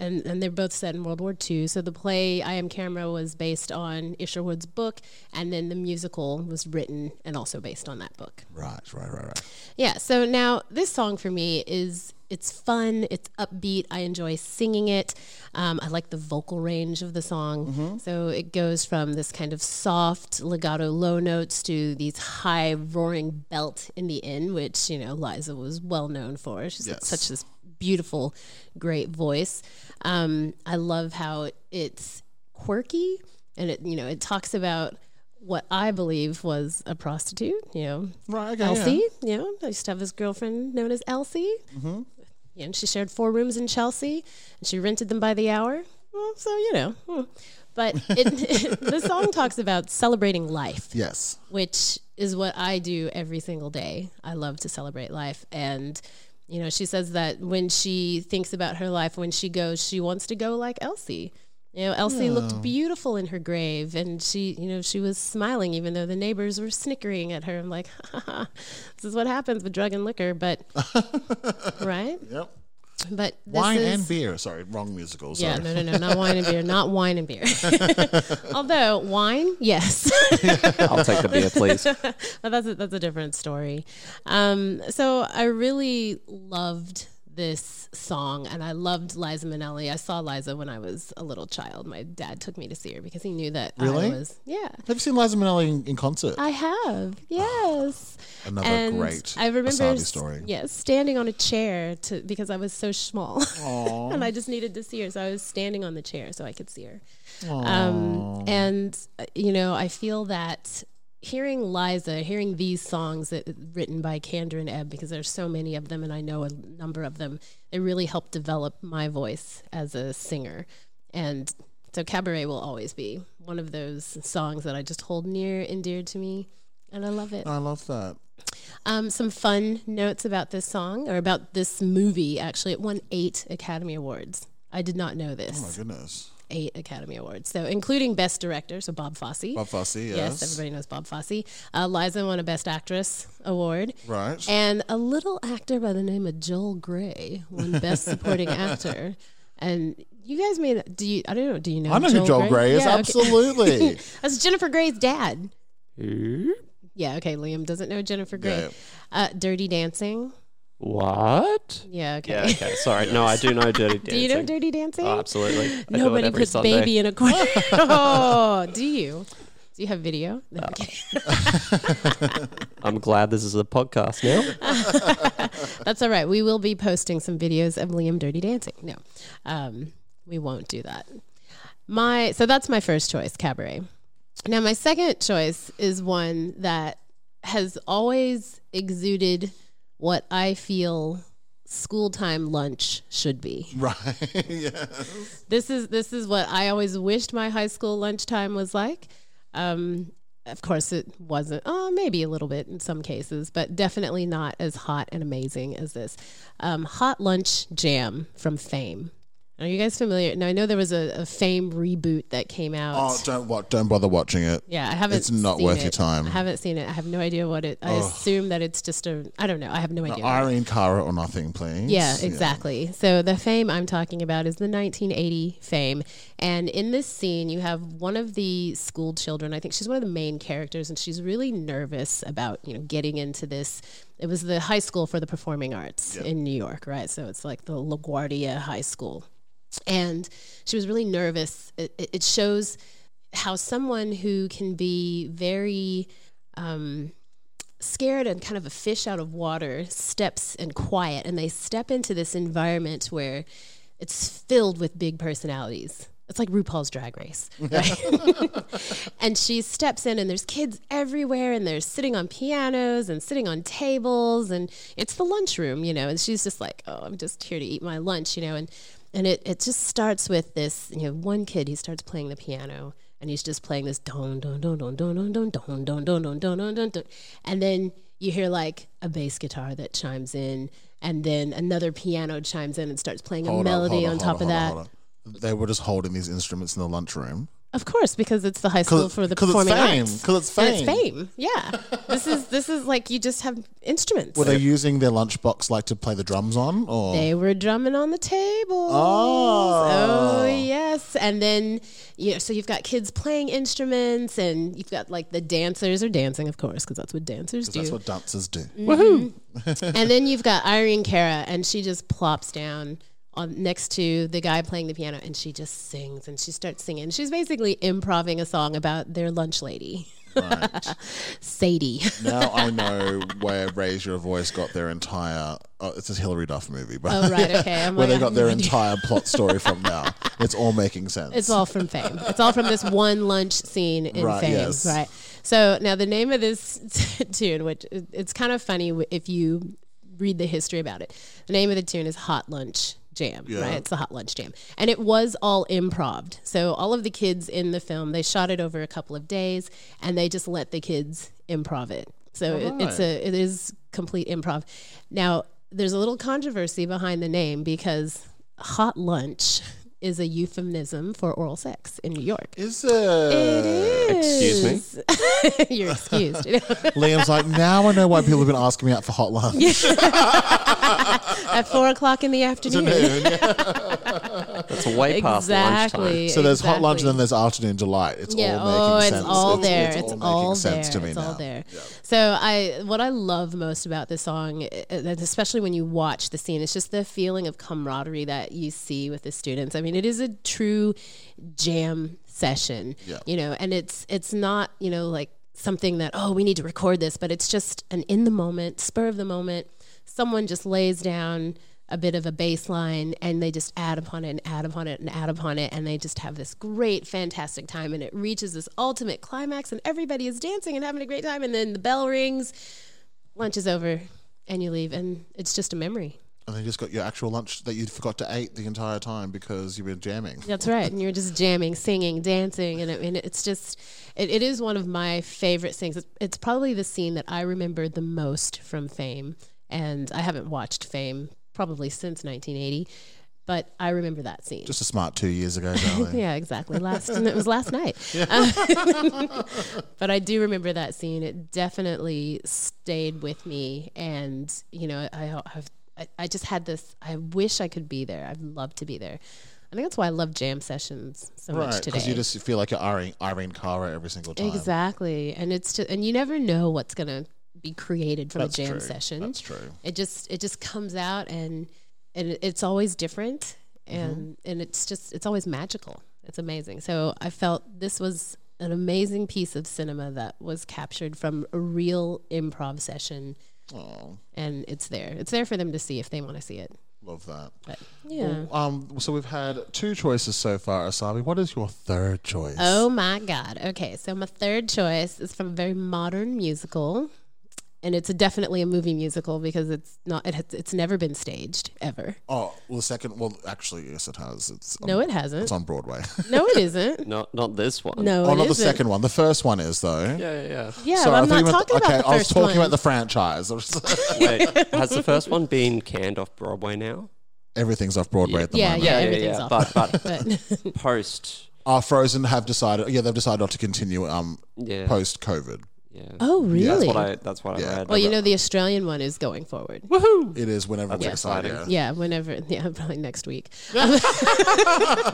Speaker 3: And, and they're both set in World War II. So the play I Am Camera was based on Isherwood's book, and then the musical was written and also based on that book.
Speaker 2: Right, right, right, right.
Speaker 3: Yeah. So now this song for me is it's fun, it's upbeat. I enjoy singing it. Um, I like the vocal range of the song. So it goes from this kind of soft legato low notes to these high roaring belt in the end, which you know Liza was well known for. She's got
Speaker 2: Yes.
Speaker 3: such this beautiful, great voice. Um, I love how it's quirky and it you know it talks about what I believe was a prostitute. You know,
Speaker 2: Right, okay,
Speaker 3: Elsie. You know, I used to have this girlfriend known as Elsie. You know, she shared four rooms in Chelsea, and she rented them by the hour. Well, so you know, hmm. but it, the song talks about celebrating life
Speaker 2: Yes.
Speaker 3: which is what I do every single day. I love to celebrate life. And, you know, she says that when she thinks about her life, when she goes, she wants to go like Elsie. You know, Elsie
Speaker 2: Oh.
Speaker 3: looked beautiful in her grave and she, you know, she was smiling even though the neighbors were snickering at her. I'm like, this is what happens with drug and liquor, but, right?
Speaker 2: Yep.
Speaker 3: But this
Speaker 2: Wine
Speaker 3: is,
Speaker 2: and beer. Sorry, wrong musical. Sorry.
Speaker 3: yeah, no, no, no, not wine and beer, not wine and beer. Although wine, yes.
Speaker 1: I'll take the beer, please.
Speaker 3: but that's a, that's a different story. Um, so I really loved this song, and I loved Liza Minnelli. I saw Liza when I was a little child. My dad took me to see her because he knew that
Speaker 2: Really?
Speaker 3: I was. Yeah,
Speaker 2: Have you seen Liza Minnelli in, in concert?
Speaker 3: I have. Yes.
Speaker 2: Ah, Another
Speaker 3: and
Speaker 2: great
Speaker 3: I remember
Speaker 2: Asabi
Speaker 3: s-
Speaker 2: story.
Speaker 3: Yes, standing on a chair to because I was so small, and I just needed to see her, so I was standing on the chair so I could see her. Um, and uh, you know, I feel that hearing Liza, hearing these songs that, written by Kander and Ebb, because there's so many of them, and I know a number of them, they really helped develop my voice as a singer, and. So cabaret will always be one of those songs that I just hold near and dear to me, and I love it
Speaker 2: I love that. Oh
Speaker 3: um, some fun notes about this song or about this movie. Actually, it won eight Academy Awards. I did not know
Speaker 2: Oh my
Speaker 3: this.
Speaker 2: goodness.
Speaker 3: eight Academy Awards, so including Best Director, so Bob Fosse.
Speaker 2: Bob Fosse, yes.
Speaker 3: Yes, everybody knows Bob Fosse. Uh, Liza won a Best Actress award.
Speaker 2: Right.
Speaker 3: And a little actor by the name of Joel Gray won Best Supporting Actor. And you guys made do you I don't know, do you know
Speaker 2: I know who Joel Grey is,
Speaker 3: okay.
Speaker 2: absolutely.
Speaker 3: That's Jennifer Gray's dad. Yeah, okay, Liam doesn't know Jennifer Grey.
Speaker 2: Yeah.
Speaker 3: Uh, Dirty Dancing.
Speaker 1: What?
Speaker 3: Yeah, okay.
Speaker 1: Yeah, okay. Sorry. No, I do know Dirty Dancing.
Speaker 3: Do you know Dirty Dancing?
Speaker 1: Oh, absolutely. I do it
Speaker 3: Nobody
Speaker 1: every
Speaker 3: puts
Speaker 1: Sunday.
Speaker 3: baby in a corner. oh, do you? Do you have video? No, I'm kidding.
Speaker 1: I'm glad this is a podcast now.
Speaker 3: That's all right. We will be posting some videos of Liam dirty dancing. No, um, we won't do that. My so that's my first choice, cabaret. Now my second choice is one that has always exuded what I feel school time lunch should be.
Speaker 2: Right. yeah.
Speaker 3: This is this is what I always wished my high school lunchtime was like. Um, of course, it wasn't. Oh, maybe a little bit in some cases, but definitely not as hot and amazing as this. Um, hot lunch jam from Fame. Are you guys familiar? Now I know there was a, a Fame reboot that came out.
Speaker 2: Oh, don't what? Don't bother watching it.
Speaker 3: yeah, I haven't.
Speaker 2: It's not
Speaker 3: seen
Speaker 2: worth your
Speaker 3: it.
Speaker 2: time.
Speaker 3: I haven't seen it. I have no idea what it. I assume that it's just a. I don't know. I have no idea.
Speaker 2: Irene Cara or nothing, please.
Speaker 3: Yeah, exactly. So the fame I'm talking about is the 1980 fame. And in this scene, you have one of the school children. I think she's one of the main characters, and she's really nervous about you know getting into this. It was the high school for the performing arts in New York, right? So it's like the LaGuardia High School, and she was really nervous. It, it it shows how someone who can be very um, scared and kind of a fish out of water steps and quiet and they step into this environment where it's filled with big personalities it's like RuPaul's Drag Race, right? and she steps in, and there's kids everywhere, and they're sitting on pianos and sitting on tables, and it's the lunchroom, you know. And she's just like, "Oh, I'm just here to eat my lunch," you know. And and it it just starts with this, you know, one kid he starts playing the piano, and he's just playing this don don don don don don don don don don don don don don don, and then you hear like a bass guitar that chimes in, and then another piano chimes in and starts playing a
Speaker 2: Hold
Speaker 3: melody on
Speaker 2: hold
Speaker 3: top of
Speaker 2: hold
Speaker 3: that.
Speaker 2: hold on. They were just holding these instruments in the lunchroom.
Speaker 3: Of course, because it's the high school
Speaker 2: it-
Speaker 3: for the
Speaker 2: 'cause it's
Speaker 3: performing
Speaker 2: fame.
Speaker 3: arts.
Speaker 2: 'Cause it's
Speaker 3: And
Speaker 2: fame.
Speaker 3: fame. Yeah, this is this is like you just have instruments.
Speaker 2: Were they using their lunchbox like to play the drums on, or
Speaker 3: They were drumming on the table.
Speaker 2: Oh.
Speaker 3: yes. And then, you know, so you've got kids playing instruments and you've got like the dancers are dancing, of course, because that's what dancers do.
Speaker 2: that's what dancers do?
Speaker 3: and then you've got Irene Cara, and she just plops down on next to the guy playing the piano, and she just sings and she starts singing. She's basically improving a song about their lunch lady, Sadie.
Speaker 2: Now I know where Raise Your Voice got their entire. Oh, it's a Hillary Duff movie, but
Speaker 3: Oh, right, okay. I'm like,
Speaker 2: where they
Speaker 3: I
Speaker 2: got
Speaker 3: have
Speaker 2: their
Speaker 3: no idea.
Speaker 2: entire plot story from now. It's all making sense.
Speaker 3: It's all from Fame. It's all from this one lunch scene in
Speaker 2: Right,
Speaker 3: Fame,
Speaker 2: yes.
Speaker 3: right? So now the name of this tune, which it- it's kind of funny w- if you read the history about it. The name of the tune is Hot Lunch Jam, right? It's the Hot Lunch Jam, and it was all improv. So all of the kids in the film, they shot it over a couple of days, and they just let the kids improv it. So it, it's a it is complete improv. Now there's a little controversy behind the name because hot lunch is a euphemism for oral sex in New York.
Speaker 2: Is it?
Speaker 1: Uh, Excuse me.
Speaker 3: You're excused. You know?
Speaker 2: Liam's like, now I know why people have been asking me out for hot lunch.
Speaker 3: At four o'clock in the afternoon.
Speaker 1: That's way past lunchtime.
Speaker 3: Exactly.
Speaker 2: So there's hot lunch
Speaker 3: exactly.
Speaker 2: and then there's afternoon delight. It's
Speaker 3: yeah,
Speaker 2: all
Speaker 3: oh,
Speaker 2: making
Speaker 3: it's
Speaker 2: sense.
Speaker 3: all there. It's,
Speaker 2: making
Speaker 3: all, there.
Speaker 2: sense to me
Speaker 3: it's
Speaker 2: now.
Speaker 3: all there. So I, what I love most about this song, uh, especially when you watch the scene, it's just the feeling of camaraderie that you see with the students. I mean, it is a true jam session, you know, and it's it's not you know like something that oh we need to record this, but it's just an in the moment, spur of the moment. Someone just lays down a bit of a baseline and they just add upon it and add upon it and add upon it and they just have this great fantastic time and it reaches this ultimate climax and everybody is dancing and having a great time and then the bell rings lunch is over and you leave and it's just a memory
Speaker 2: And then you just got your actual lunch that you forgot to eat the entire time because you've been jamming.
Speaker 3: that's right and you're just jamming singing dancing and i mean it's just it, it is one of my favorite things it's, it's probably the scene that i remember the most from fame and i haven't watched fame probably since 1980 But I remember that scene.
Speaker 2: Just a smart two years ago, darling.
Speaker 3: yeah, exactly. Last and it was last night. Uh, but I do remember that scene. It definitely stayed with me, and you know, I have I just had this. I wish I could be there. I'd love to be there. I think that's why I love jam sessions so
Speaker 2: Right,
Speaker 3: much today.
Speaker 2: because you just feel like you're Irene, Irene Cara every single time.
Speaker 3: Exactly, and it's to, and you never know what's gonna be created from a
Speaker 2: That's
Speaker 3: jam
Speaker 2: true.
Speaker 3: session.
Speaker 2: That's true.
Speaker 3: It just it just comes out and and it's always different
Speaker 2: Mm-hmm.
Speaker 3: and and it's just it's always magical. It's amazing. So I felt this was an amazing piece of cinema that was captured from a real improv session.
Speaker 2: Oh,
Speaker 3: And it's there. It's there for them to see if they want to see it.
Speaker 2: love that.
Speaker 3: But yeah.
Speaker 2: Um, so we've had two choices so far, Asabi. What is your third choice?
Speaker 3: Oh my God. Okay. So my third choice is from a very modern musical. And it's definitely a movie musical because it's not, it has, it's never been staged ever.
Speaker 2: Oh, well, the second. Well, actually, yes, it has. It's
Speaker 3: No,
Speaker 2: on-
Speaker 3: it hasn't.
Speaker 2: Oh. It's on Broadway.
Speaker 3: No, it isn't.
Speaker 1: Not not this one.
Speaker 3: No,
Speaker 2: oh,
Speaker 3: it
Speaker 2: not the
Speaker 3: isn't.
Speaker 2: second one. The first one is though.
Speaker 1: Yeah, yeah,
Speaker 3: Yeah,
Speaker 2: Sorry,
Speaker 3: but
Speaker 2: I
Speaker 3: I'm not
Speaker 2: thought you meant the-
Speaker 3: talking about
Speaker 2: okay,
Speaker 3: the first
Speaker 2: I was talking
Speaker 3: one.
Speaker 2: about the franchise. I was-
Speaker 1: yeah. Wait, has the first one been canned off Broadway now?
Speaker 2: Everything's off Broadway at the
Speaker 3: yeah,
Speaker 2: moment.
Speaker 3: yeah, everything's off.
Speaker 1: But but
Speaker 3: but
Speaker 1: post.
Speaker 2: Our Frozen have decided. Yeah, they've decided not to continue. Um,
Speaker 1: Yeah.
Speaker 2: post COVID,
Speaker 1: Yeah.
Speaker 3: oh,
Speaker 1: That's
Speaker 3: really?
Speaker 1: what I. That's what
Speaker 2: Yeah.
Speaker 1: I read.
Speaker 3: well, you know, the Australian one is going forward.
Speaker 2: it is whenever
Speaker 1: That's
Speaker 2: we decide.
Speaker 1: exciting.
Speaker 2: Yeah.
Speaker 3: Yeah, whenever. Yeah, probably next week.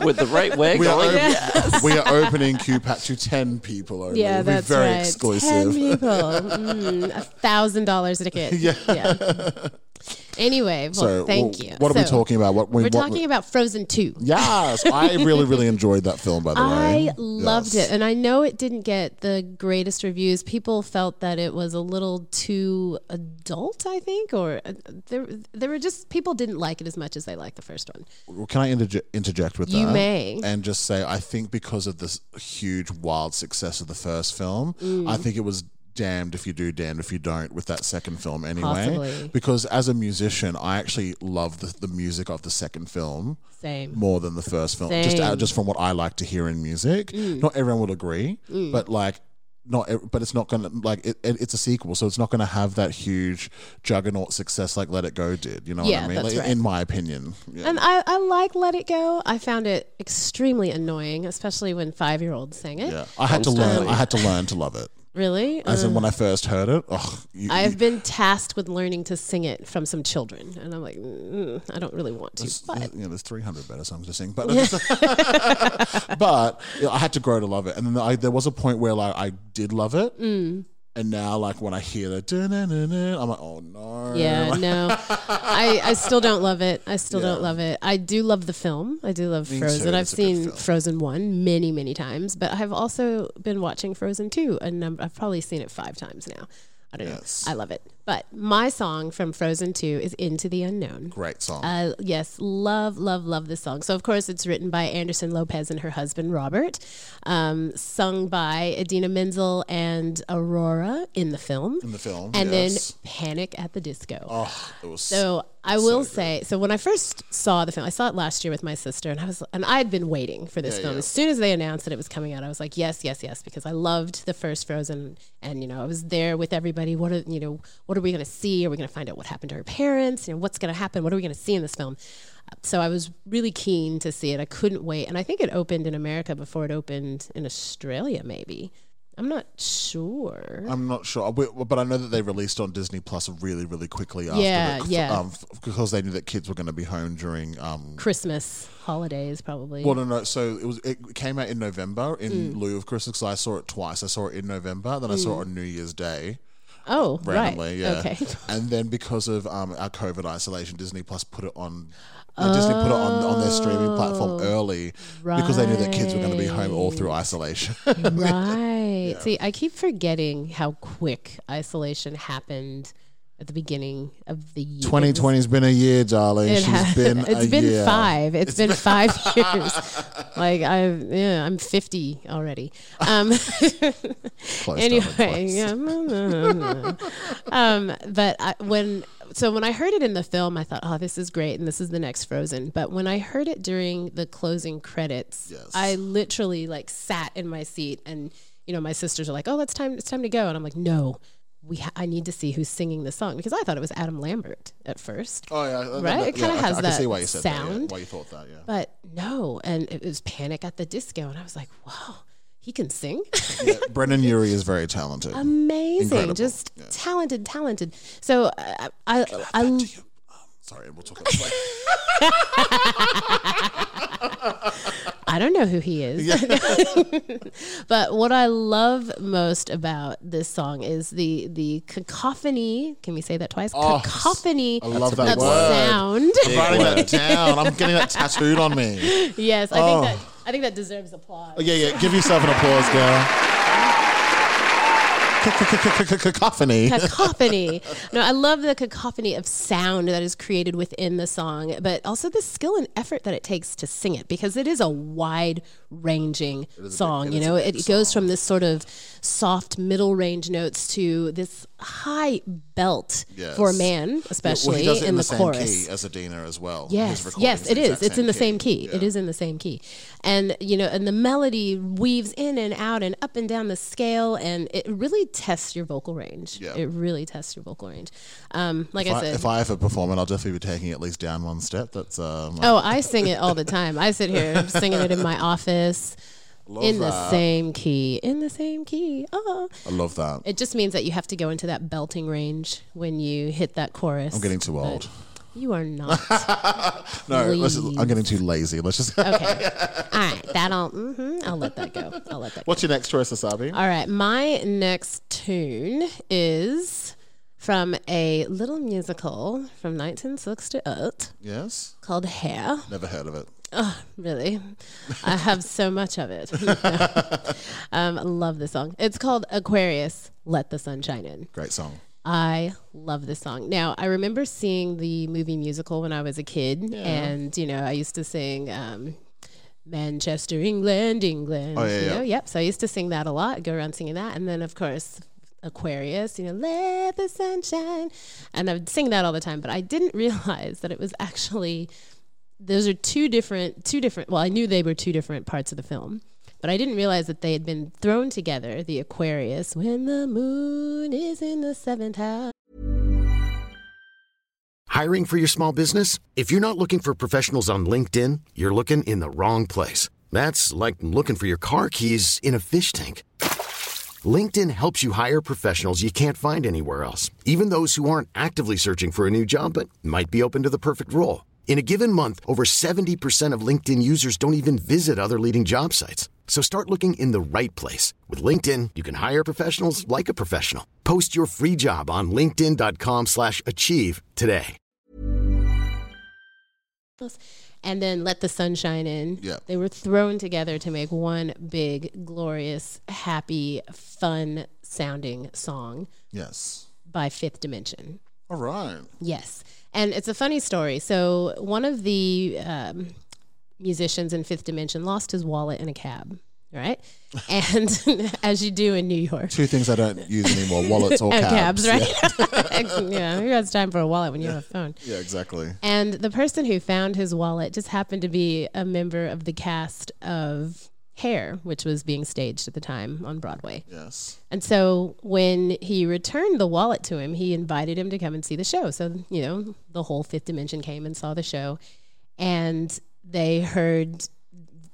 Speaker 1: with the rate we're
Speaker 2: We are,
Speaker 1: going.
Speaker 2: op- we are opening QPAT to 10 people only.
Speaker 3: Yeah,
Speaker 2: It'll be
Speaker 3: that's
Speaker 2: very
Speaker 3: right. Ten
Speaker 2: exclusive.
Speaker 3: people, Mm, a thousand dollars a ticket. Yeah. Anyway, well,
Speaker 2: So,
Speaker 3: thank
Speaker 2: well,
Speaker 3: you.
Speaker 2: What are we
Speaker 3: So,
Speaker 2: talking about? What
Speaker 3: We're
Speaker 2: what-
Speaker 3: talking about Frozen Two.
Speaker 2: Yes, I really, really enjoyed that film. By the way,
Speaker 3: I loved
Speaker 2: Yes.
Speaker 3: it, and I know it didn't get the greatest reviews. People felt that it was a little too adult, I think, or uh, there, there were just people didn't like it as much as they liked the first one.
Speaker 2: Well, Can I interje- interject with
Speaker 3: You
Speaker 2: that?
Speaker 3: may.
Speaker 2: And just say, I think because of this huge, wild success of the first film,
Speaker 3: Mm.
Speaker 2: I think it was damned if you do, damned if you don't with that second film anyway.
Speaker 3: Possibly.
Speaker 2: Because as a musician, I actually love the, the music of the second film
Speaker 3: Same.
Speaker 2: more than the first film. Just
Speaker 3: Same. Mm.
Speaker 2: out, just from what I like to hear in music. Not everyone would agree, but like. Not, ev- but it's not gonna like it, it, it's a sequel, so it's not gonna have that huge juggernaut success like Let It Go did. You know what
Speaker 3: Yeah,
Speaker 2: I mean?
Speaker 3: that's
Speaker 2: Like,
Speaker 3: right.
Speaker 2: In my opinion, yeah.
Speaker 3: And I, I like Let It Go. I found it extremely annoying, especially when five year olds sang it.
Speaker 2: Yeah, I had to learn. I had to learn to love it.
Speaker 3: Really?
Speaker 2: As
Speaker 3: Uh,
Speaker 2: in, when I first heard it, ugh, you,
Speaker 3: I've been tasked with learning to sing it from some children, and I'm like, mm, I don't really want to.
Speaker 2: you,
Speaker 3: But
Speaker 2: you know, there's 300 better songs to sing, but but you know, I had to grow to love it. And then I, there was a point where like I did love it,
Speaker 3: Mm.
Speaker 2: and now like when I hear the dun-dun-dun-dun, I'm like, oh no,
Speaker 3: yeah,
Speaker 2: Like,
Speaker 3: no, I, I still don't love it. I still don't love it. I do love the film. I do love
Speaker 2: Me too.
Speaker 3: Frozen. I've
Speaker 2: It's a good
Speaker 3: seen
Speaker 2: film.
Speaker 3: Frozen one many, many times, but I've also been watching Frozen two, and i I've probably seen it five times now. I don't
Speaker 2: Yes.
Speaker 3: know. I love it. But my song from Frozen two is "Into the Unknown."
Speaker 2: great song.
Speaker 3: Uh, yes, love, love, love this song. So, of course, it's written by Anderson Lopez and her husband Robert, um, sung by Adina Menzel and Aurora in the film,
Speaker 2: in the film,
Speaker 3: and
Speaker 2: yes.
Speaker 3: then Panic at the Disco.
Speaker 2: oh, it was
Speaker 3: So I will say, so when I first saw the film, I saw it last year with my sister, and I was, and I had been waiting for this film. As soon as they announced that it was coming out, I was like, yes, yes, yes, because I loved the first Frozen, and you know, I was there with everybody. What are you know, what are we going to see? Are we going to find out what happened to her parents? You know, what's going to happen? What are we going to see in this film? So I was really keen to see it. I couldn't wait, and I think it opened in America before it opened in Australia, maybe. I'm not sure.
Speaker 2: I'm not sure, We- but I know that they released on Disney Plus really, really quickly after
Speaker 3: Yeah,
Speaker 2: the-
Speaker 3: yeah.
Speaker 2: um, f- because they knew that kids were going to be home during um,
Speaker 3: Christmas holidays, probably.
Speaker 2: Well, no, no. So it was. It came out in November
Speaker 3: Mm.
Speaker 2: in lieu of Christmas. 'cause I saw it twice. I saw it in November, then I saw it on New Year's Day
Speaker 3: oh,
Speaker 2: randomly.
Speaker 3: right.
Speaker 2: Yeah.
Speaker 3: Okay.
Speaker 2: And then because of um, our COVID isolation, Disney Plus put it on. uh, Disney put it on, on their streaming
Speaker 3: Oh.
Speaker 2: platform early because they knew that kids were going to be home all through isolation.
Speaker 3: Right. See, I keep forgetting how quick isolation happened at the beginning of the year.
Speaker 2: Twenty twenty's been a year, darling.
Speaker 3: It
Speaker 2: She's
Speaker 3: has
Speaker 2: been.
Speaker 3: it's
Speaker 2: a
Speaker 3: been
Speaker 2: year.
Speaker 3: five. it's been five years. Like I, yeah, I'm 50 already. Um,
Speaker 2: Close, darling,
Speaker 3: anyway,
Speaker 2: close.
Speaker 3: yeah, um, but I, when so when I heard it in the film, I thought, oh, this is great, and this is the next Frozen. But when I heard it during the closing credits,
Speaker 2: Yes.
Speaker 3: I literally like sat in my seat, and you know, my sisters are like, oh, that's time, it's time to go, and I'm like, no. we ha- I need to see who's singing the song because I thought it was Adam Lambert at first.
Speaker 2: Oh yeah, uh,
Speaker 3: Right? It
Speaker 2: yeah,
Speaker 3: kinda
Speaker 2: I-
Speaker 3: has
Speaker 2: I, can
Speaker 3: that
Speaker 2: see why you said That, yeah,
Speaker 3: sound.
Speaker 2: why you thought that? Yeah.
Speaker 3: But no, and it was Panic at the Disco, and I was like, wow, he can sing.
Speaker 2: Yeah, Brendan Urie is very talented.
Speaker 3: Amazing,
Speaker 2: Incredible.
Speaker 3: just talented, talented. So I, I, I,
Speaker 2: Sorry, we'll talk about it.
Speaker 3: I don't know who he is. but what I love most about this song is the the cacophony. Can we say that twice?
Speaker 2: Oh,
Speaker 3: cacophony
Speaker 2: I love that
Speaker 3: of
Speaker 2: word.
Speaker 3: sound.
Speaker 2: I'm writing that down. I'm getting that tattooed on me.
Speaker 3: yes, I
Speaker 2: Oh.
Speaker 3: think that I think that deserves applause.
Speaker 2: Oh, yeah, yeah. Give yourself an applause, girl. Cacophony.
Speaker 3: cacophony. no, I love the cacophony of sound that is created within the song, but also the skill and effort that it takes to sing it because it is a wide ranging song. you know, it goes from this sort of soft middle range notes to this high belt
Speaker 2: Yes.
Speaker 3: for a man, especially
Speaker 2: he does it
Speaker 3: in,
Speaker 2: in
Speaker 3: the,
Speaker 2: same
Speaker 3: chorus.
Speaker 2: key as Adina as well. His
Speaker 3: Yes,
Speaker 2: recording
Speaker 3: yes, it
Speaker 2: the
Speaker 3: is.
Speaker 2: exact
Speaker 3: It's in the same key. It is in the same key, and you know, and the melody weaves in and out and up and down the scale, and it really tests your vocal range.
Speaker 2: Yeah.
Speaker 3: It really tests your vocal range. Um, like
Speaker 2: If
Speaker 3: I
Speaker 2: I,
Speaker 3: said,
Speaker 2: if I ever perform it, I'll definitely be taking it at least down one step. That's um,
Speaker 3: oh, I sing it all the time. I sit here singing it in my office, Oh, in the
Speaker 2: that.
Speaker 3: same key, in the same key. Oh,
Speaker 2: I love that.
Speaker 3: it just means that you have to go into that belting range when you hit that chorus.
Speaker 2: I'm getting too old.
Speaker 3: You are not.
Speaker 2: No, let's, I'm
Speaker 3: please.
Speaker 2: getting too lazy. Let's just.
Speaker 3: Okay. all right. That'll. hmm I'll let that go. I'll let that go.
Speaker 2: What's your next choice, Asabi?
Speaker 3: All right, my next tune is from a little musical from 1968
Speaker 2: yes.
Speaker 3: called Hair.
Speaker 2: Never heard of it.
Speaker 3: Really, I have so much of it. um, I love this song. It's called Aquarius. Let the sunshine in.
Speaker 2: Great song.
Speaker 3: I love this song. Now, I remember seeing the movie musical when I was a kid, and you know, I used to sing um, Manchester, England, England.
Speaker 2: Oh, yeah,
Speaker 3: you
Speaker 2: yeah.
Speaker 3: know? Yep. So I used to sing that a lot, go around singing that. And then, of course, Aquarius, you know, let the sunshine. And I would sing that all the time, but I didn't realize that it was actually those are two different two different well i knew they were two different parts of the film but i didn't realize that they had been thrown together the aquarius when the moon is in the seventh house
Speaker 8: Hiring for your small business? If you're not looking for professionals on LinkedIn, you're looking in the wrong place. That's like looking for your car keys in a fish tank. LinkedIn helps you hire professionals you can't find anywhere else, even those who aren't actively searching for a new job but might be open to the perfect role. In a given month, over 70% of LinkedIn users don't even visit other leading job sites. So start looking in the right place. With LinkedIn, you can hire professionals like a professional. Post your free job on linkedin.com/achieve slash achieve today.
Speaker 3: and then let the sunshine in
Speaker 2: Yeah.
Speaker 3: they were thrown together to make one big glorious happy fun sounding song
Speaker 2: Yes.
Speaker 3: by fifth dimension
Speaker 2: All right.
Speaker 3: Yes. And it's a funny story. So, one of the um, musicians in Fifth Dimension lost his wallet in a cab, right? And as you do in New York.
Speaker 2: Two things I don't use anymore: wallets or
Speaker 3: And
Speaker 2: cabs.
Speaker 3: cabs, right? Yeah. who has time for a wallet when you have a phone?
Speaker 2: Yeah, exactly.
Speaker 3: And the person who found his wallet just happened to be a member of the cast of Hair, which was being staged at the time on Broadway.
Speaker 2: Yes.
Speaker 3: And so when he returned the wallet to him, he invited him to come and see the show. So, you know, the whole fifth dimension came and saw the show. And they heard,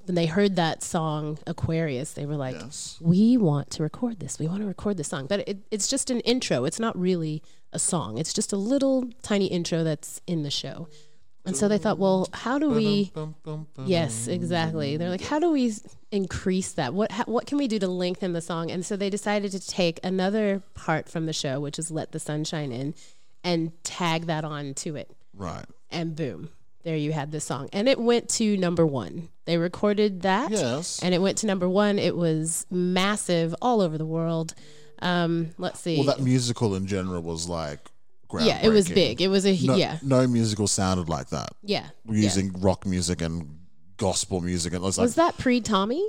Speaker 3: when they heard that song, Aquarius, they were like, we want to record this. We want to record this song. But it, it's just an intro. It's not really a song, it's just a little tiny intro that's in the show. And so they thought, well, how do we.
Speaker 2: Mm-hmm.
Speaker 3: Yes, exactly. They're like, how do we s- increase that? What how, what can we do to lengthen the song? And so they decided to take another part from the show, which is "Let the Sunshine In," and tag that on to it.
Speaker 2: Right.
Speaker 3: And boom, there you had this song, and it went to number one. They recorded that,
Speaker 2: Yes.
Speaker 3: and it went to number one. It was massive all over the world. Um, let's see.
Speaker 2: Well, that musical in general was like.
Speaker 3: yeah, it was
Speaker 2: groundbreaking.
Speaker 3: big. It was a
Speaker 2: No,
Speaker 3: yeah,
Speaker 2: no musical sounded like that.
Speaker 3: yeah.
Speaker 2: Using rock music and gospel music, and it was like
Speaker 3: Was that pre Tommy?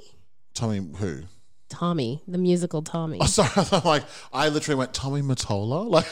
Speaker 2: Tommy who?
Speaker 3: Tommy, the musical Tommy.
Speaker 2: Oh, sorry, I'm like I literally went Tommy Mottola. Like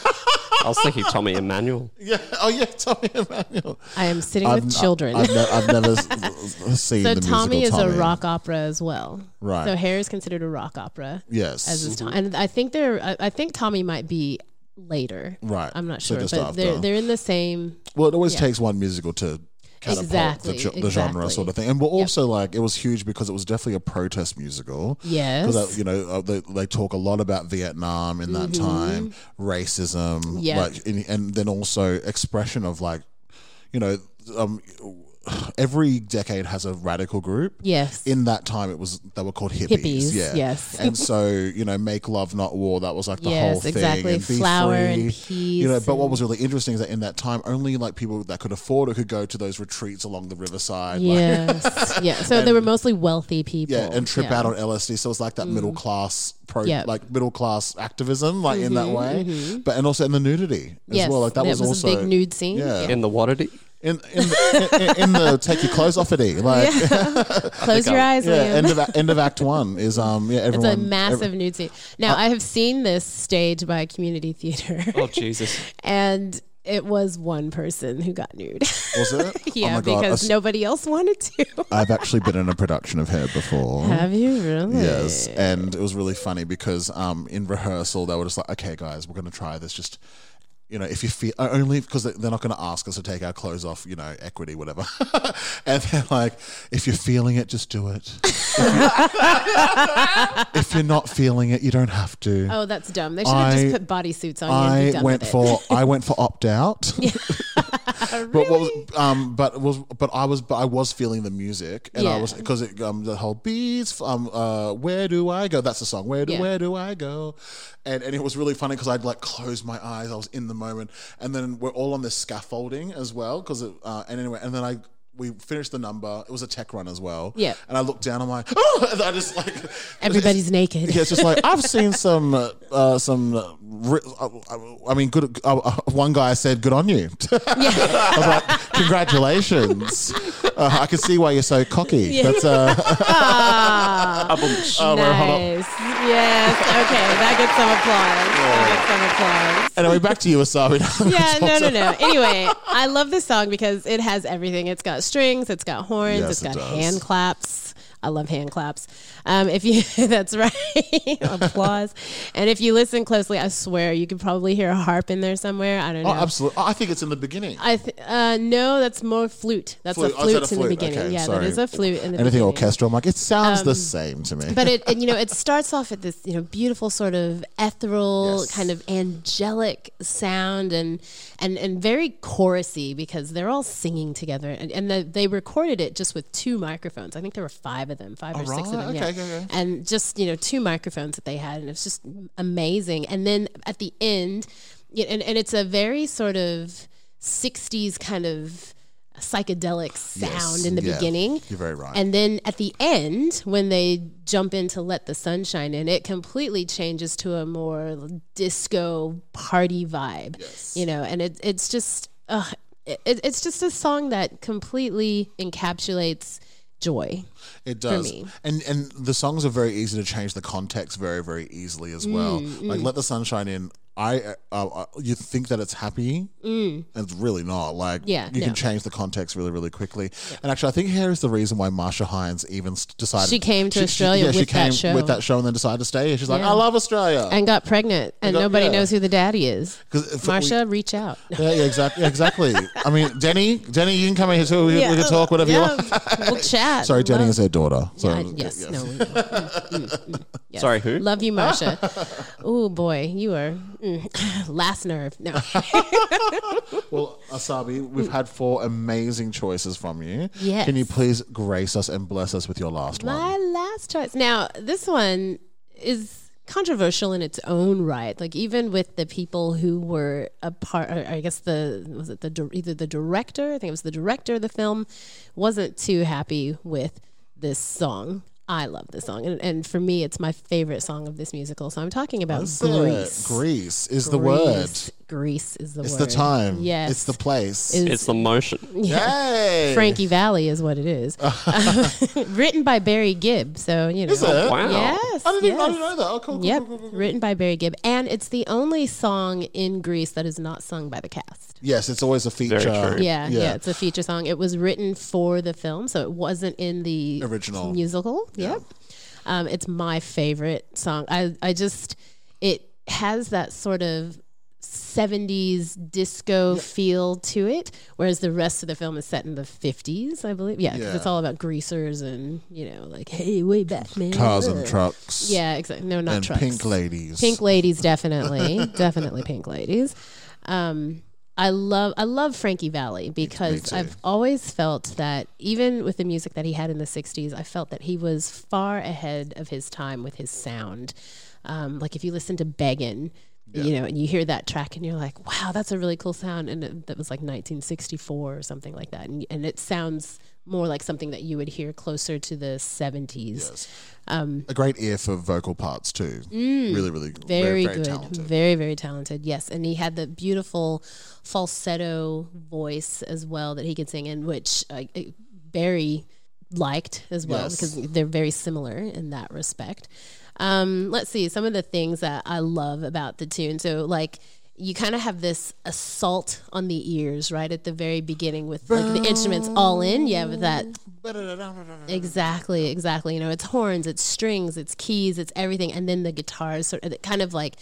Speaker 1: I was thinking Tommy Emmanuel.
Speaker 2: Yeah. Oh, yeah. Tommy Emmanuel.
Speaker 3: I am sitting
Speaker 2: I've
Speaker 3: with
Speaker 2: n-
Speaker 3: children.
Speaker 2: I've, ne- I've never s- s- seen
Speaker 3: so
Speaker 2: the
Speaker 3: Tommy is
Speaker 2: musical Tommy.
Speaker 3: a rock opera as well.
Speaker 2: Right.
Speaker 3: So Hair is considered a rock opera.
Speaker 2: Yes.
Speaker 3: As is Tom-
Speaker 2: Mhm.
Speaker 3: and I think they're. I, I think Tommy might be later.
Speaker 2: Right.
Speaker 3: I'm not
Speaker 2: So
Speaker 3: sure,
Speaker 2: just
Speaker 3: but they're
Speaker 2: after.
Speaker 3: they're in the same.
Speaker 2: Well, it always
Speaker 3: Yeah.
Speaker 2: takes one musical to catapult
Speaker 3: Exactly,
Speaker 2: the, ge- the genre
Speaker 3: exactly.
Speaker 2: sort of thing. And we're also like, it was huge because it was definitely a protest musical.
Speaker 3: Yes.
Speaker 2: Because, you know, uh, they, they talk a lot about Vietnam in that
Speaker 3: Mhm.
Speaker 2: time, racism,
Speaker 3: Yeah.
Speaker 2: like, and, and then also expression of like, you know, um, every decade has a radical group.
Speaker 3: Yes.
Speaker 2: In that time, it was they were called hippies.
Speaker 3: Hippies,
Speaker 2: yeah.
Speaker 3: yes.
Speaker 2: And so you know, make love, not war. That was like the
Speaker 3: Yes,
Speaker 2: whole thing.
Speaker 3: exactly.
Speaker 2: And be
Speaker 3: Flower and
Speaker 2: free, You know,
Speaker 3: peace
Speaker 2: but what was really interesting is that in that time, only like people that could afford it could go to those retreats along the riverside. like-
Speaker 3: Yes. yeah. So they
Speaker 2: And-
Speaker 3: were mostly wealthy people.
Speaker 2: yeah, and trip
Speaker 3: Yeah.
Speaker 2: out on LSD. So it's like
Speaker 3: Mm.
Speaker 2: that middle class, pro,
Speaker 3: Yep.
Speaker 2: like middle class activism, like in that
Speaker 3: Mhm,
Speaker 2: way.
Speaker 3: mhm.
Speaker 2: But and also in the nudity as
Speaker 3: Yes,
Speaker 2: well. Like that
Speaker 3: there
Speaker 2: was,
Speaker 3: was a
Speaker 2: also
Speaker 3: big nude scene.
Speaker 2: Yeah,
Speaker 3: Yeah. In
Speaker 1: the water
Speaker 2: in in, in, in the take your clothes off it. Like
Speaker 3: Close your eyes,
Speaker 2: Yeah,
Speaker 3: Liam.
Speaker 2: end of a- end of Act One is um yeah everyone
Speaker 3: it's a massive
Speaker 2: ev-
Speaker 3: nude scene. Now I have seen this staged by a community theater,
Speaker 1: Oh Jesus!
Speaker 3: and it was one person who got nude.
Speaker 2: was it?
Speaker 3: yeah,
Speaker 2: oh my God,
Speaker 3: because
Speaker 2: I s-
Speaker 3: nobody else wanted to.
Speaker 2: I've actually been in a production of Hair before.
Speaker 3: Have you really?
Speaker 2: Yes, and it was really funny because um, in rehearsal they were just like, "Okay, guys, we're going to try this. Just you know, if you feel uh, only because they- they're not going to ask us to take our clothes off, you know, equity, whatever." and they're like, "If you're feeling it, just do it. If, you, if you're not feeling it, you don't have to."
Speaker 3: Oh, that's dumb. They should have
Speaker 2: I-
Speaker 3: just put bodysuits on you. and be
Speaker 2: I
Speaker 3: done
Speaker 2: went
Speaker 3: with it. Oh,
Speaker 2: for I went for opt out. But what was um but was but I was but I was feeling the music and I
Speaker 3: Yeah.
Speaker 2: was because it um the whole beats um uh where do I go that's the song where do
Speaker 3: Yeah.
Speaker 2: where do I go and and it was really funny because I'd like close my eyes I was in the moment and then we're all on this scaffolding as well because uh and anyway and then I we finished the number it was a tech run as well
Speaker 3: Yeah.
Speaker 2: and I looked down I'm like oh and I just like
Speaker 3: Everybody's naked.
Speaker 2: yeah, it's just like I've seen some uh, uh, some. Uh, ri- uh, I mean, good. Uh, uh, one guy said, "Good on you." I was like, "Congratulations!" Uh, I can see why you're so cocky.
Speaker 3: Yeah.
Speaker 2: That's uh,
Speaker 3: Ah,
Speaker 2: Oh, wait, hold on.
Speaker 3: nice. Yes. Okay, that gets some applause. That gets some applause.
Speaker 2: anyway. Back to you, Wasabi.
Speaker 3: yeah, no, no, no. Anyway, I love this song because it has everything. It's got strings, it's got horns,
Speaker 2: Yes,
Speaker 3: it's
Speaker 2: it
Speaker 3: got
Speaker 2: does.
Speaker 3: hand claps. I love hand claps. Um, if you, that's right, applause. And if you listen closely, I swear you could probably hear a harp in there somewhere. I don't know.
Speaker 2: Oh, absolutely. Oh, I think it's in the beginning.
Speaker 3: I th- uh, no, that's more flute. That's
Speaker 2: Flute.
Speaker 3: a
Speaker 2: Oh, is
Speaker 3: flute
Speaker 2: that
Speaker 3: in
Speaker 2: a
Speaker 3: the
Speaker 2: flute?
Speaker 3: beginning.
Speaker 2: Okay,
Speaker 3: yeah,
Speaker 2: sorry.
Speaker 3: that is a flute in the
Speaker 2: Anything
Speaker 3: beginning.
Speaker 2: orchestral, I'm like, it sounds the
Speaker 3: Um,
Speaker 2: same to me.
Speaker 3: But it, and, you know, it starts off at this, you know, beautiful sort of ethereal,
Speaker 2: Yes.
Speaker 3: kind of angelic sound, and and and very chorusy because they're all singing together, and, and the, they recorded it just with two microphones. I think there were five of them, five or six of
Speaker 2: Alright,
Speaker 3: them, yeah,
Speaker 2: Oh, okay, okay, okay.
Speaker 3: and just you know, two microphones that they had, and it's just amazing. And then at the end, you and and it's a very sort of '60s kind of psychedelic sound in the
Speaker 2: yeah.
Speaker 3: beginning.
Speaker 2: You're very right.
Speaker 3: And then at the end, when they jump in to let the sunshine in, it completely changes to a more disco party vibe. You know, and it, it's just uh, it, it's just a song that completely encapsulates joy.
Speaker 2: It does,
Speaker 3: me.
Speaker 2: and and the songs are very easy to change the context very very easily as well.
Speaker 3: Mm,
Speaker 2: Like
Speaker 3: mm.
Speaker 2: "Let the Sunshine In," I uh, uh, you think that it's happy,
Speaker 3: Mm.
Speaker 2: and it's really not. Like
Speaker 3: Yeah,
Speaker 2: you
Speaker 3: no.
Speaker 2: can change the context really really quickly. And actually, I think here is the reason why Marsha Hines even s- decided
Speaker 3: She came to Australia
Speaker 2: yeah, she
Speaker 3: with that
Speaker 2: came
Speaker 3: show.
Speaker 2: with that show and then decided to stay. here. She's like,
Speaker 3: Yeah.
Speaker 2: I love Australia.
Speaker 3: And got pregnant, and
Speaker 2: got-
Speaker 3: nobody
Speaker 2: yeah.
Speaker 3: knows who the daddy is.
Speaker 2: 'Cause if we-
Speaker 3: Marsha, reach out.
Speaker 2: yeah, yeah, exactly. exactly. I mean, Denny, Denny, you can come here too. We, we can talk whatever you want.
Speaker 3: we'll chat.
Speaker 2: Sorry, Denny
Speaker 3: Love-
Speaker 2: is her daughter.
Speaker 3: Yeah,
Speaker 2: Sorry.
Speaker 3: I- yes, no. we will. Mm, mm, mm, yes.
Speaker 1: Sorry, who?
Speaker 3: Love you, Marsha. oh boy, you are mm, last nerve. No,
Speaker 2: Well, Asabi, we've had four amazing choices from you.
Speaker 3: Yes.
Speaker 2: Can you please grace us and bless us with your last one?
Speaker 3: my last choice. Now, this one is controversial in its own right. Like even with the people who were a part, or I guess the was it the dir- either the director, I think it was the director of the film, wasn't too happy with this song. I love this song, and, and for me, it's my favorite song of this musical. So I'm talking about
Speaker 2: Is it?
Speaker 3: Greece.
Speaker 2: Greece is the word.
Speaker 3: Greece is the
Speaker 2: It's
Speaker 3: word.
Speaker 2: the time.
Speaker 3: Yes,
Speaker 2: It's the place.
Speaker 3: Is-
Speaker 1: It's the motion.
Speaker 3: Yeah.
Speaker 2: Hey!
Speaker 3: Frankie Valley is what it is. Written by Barry Gibb. So, you know.
Speaker 2: Is it?
Speaker 1: Oh, Wow.
Speaker 3: Yes.
Speaker 2: I didn't even- I
Speaker 3: yes.
Speaker 2: didn't know that. Oh, cool, cool,
Speaker 3: Yep.
Speaker 2: cool, cool, cool, cool.
Speaker 3: Written by Barry Gibb. And it's the only song in Greece that is not sung by the cast.
Speaker 2: Yes, it's always a feature.
Speaker 1: true.
Speaker 3: Yeah, yeah, It's a feature song. It was written for the film, so it wasn't in the
Speaker 2: Original.
Speaker 3: musical. Yep. Um, it's my favorite song. I, I just, it has that sort of 70s disco feel to it, whereas the rest of the film is set in the 50s, I believe. Yeah, 'cause
Speaker 2: Yeah.
Speaker 3: it's all about greasers and, you know, like, hey, way back, man.
Speaker 2: Cars
Speaker 3: Ugh.
Speaker 2: and trucks.
Speaker 3: Yeah, exactly. No, not
Speaker 2: and
Speaker 3: trucks.
Speaker 2: pink ladies.
Speaker 3: Pink ladies, definitely, definitely pink ladies. Um, I love I love Frankie Valley because
Speaker 2: too.
Speaker 3: I've always felt that even with the music that he had in the '60s, I felt that he was far ahead of his time with his sound. Um, like if you listen to Beggin. You know, and you hear that track, and you're like, "Wow, that's a really cool sound," and it, that was like 1964 or something like that, and, and it sounds more like something that you would hear closer to the 70s.
Speaker 2: A great ear for vocal parts too. really, really
Speaker 3: Mm. very, good,
Speaker 2: talented.
Speaker 3: very very talented. Yes, and he had the beautiful falsetto voice as well that he could sing in, which uh, uh, Barry liked as well
Speaker 2: Yes.
Speaker 3: because they're very similar in that respect. Um, let's see some of the things that I love about the tune. So like. You kind of have this assault on the ears right at the very beginning with like the instruments all in. Yeah, with that Exactly, exactly. You know, it's horns, it's strings, it's keys, it's everything, and then the guitars sort of it kind of like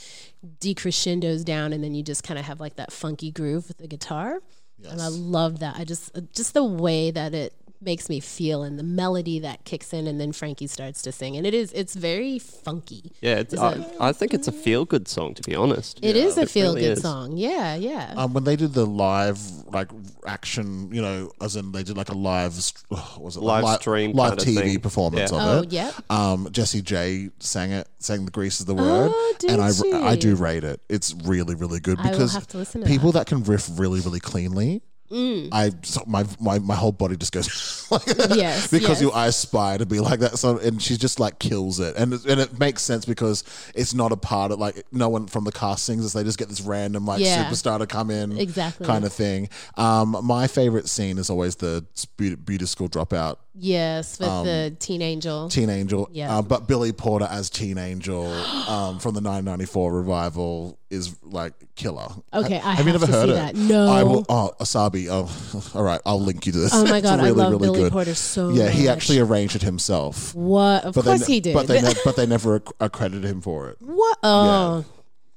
Speaker 3: decrescendos down, and then you just kind of have like that funky groove with the guitar. And I love that. I just uh, just the way that it makes me feel, and the melody that kicks in, and then Frankie starts to sing, and it is it's very funky.
Speaker 1: Yeah, it's, I, I think it's a feel good song, to be honest.
Speaker 3: It is a
Speaker 1: It
Speaker 3: feel
Speaker 1: really
Speaker 3: good
Speaker 1: is.
Speaker 3: song. Yeah, yeah.
Speaker 2: Um, when they did the live like action, you know, as in they did like a live, st- what was it
Speaker 1: Live
Speaker 2: Like, li-
Speaker 1: stream
Speaker 2: live
Speaker 1: kinda
Speaker 2: TV
Speaker 1: thing.
Speaker 2: performance
Speaker 1: Yeah.
Speaker 2: of
Speaker 3: Oh,
Speaker 2: it?
Speaker 3: yep.
Speaker 2: Um, Jesse J sang it, sang the Grease is the word,
Speaker 3: Oh, did
Speaker 2: and I
Speaker 3: she?
Speaker 2: I do rate it. It's really really good
Speaker 3: I will
Speaker 2: because
Speaker 3: have to listen to Mm.
Speaker 2: people that. can riff really really cleanly. I so my, my my whole body just goes like
Speaker 3: Yes,
Speaker 2: because
Speaker 3: yes.
Speaker 2: your eyes spy to be like that. So and she just like kills it, and it- and it makes sense because it's not a part of like no one from the cast sings this. They just get this random like
Speaker 3: Yeah.
Speaker 2: superstar to come in
Speaker 3: Exactly.
Speaker 2: kind of thing. Um, my favorite scene is always the beauty, beauty school dropout
Speaker 3: yes, with
Speaker 2: um,
Speaker 3: the Teen Angel.
Speaker 2: Teen Angel,
Speaker 3: Yeah.
Speaker 2: um, but Billy Porter as Teen Angel um, from the 994 revival is like killer.
Speaker 3: Okay, I
Speaker 2: have you
Speaker 3: have
Speaker 2: never
Speaker 3: to
Speaker 2: heard
Speaker 3: see
Speaker 2: it?
Speaker 3: that. No.
Speaker 2: I will. Oh, Asabi. Oh, all right, I'll link you to this.
Speaker 3: Oh my
Speaker 2: It's
Speaker 3: God, I love Billy Porter so
Speaker 2: Yeah, he
Speaker 3: much.
Speaker 2: actually arranged it himself.
Speaker 3: what? Of
Speaker 2: But
Speaker 3: course
Speaker 2: they,
Speaker 3: he did.
Speaker 2: But they, ne- but they never acc- accredited him for it. It
Speaker 3: what? Oh,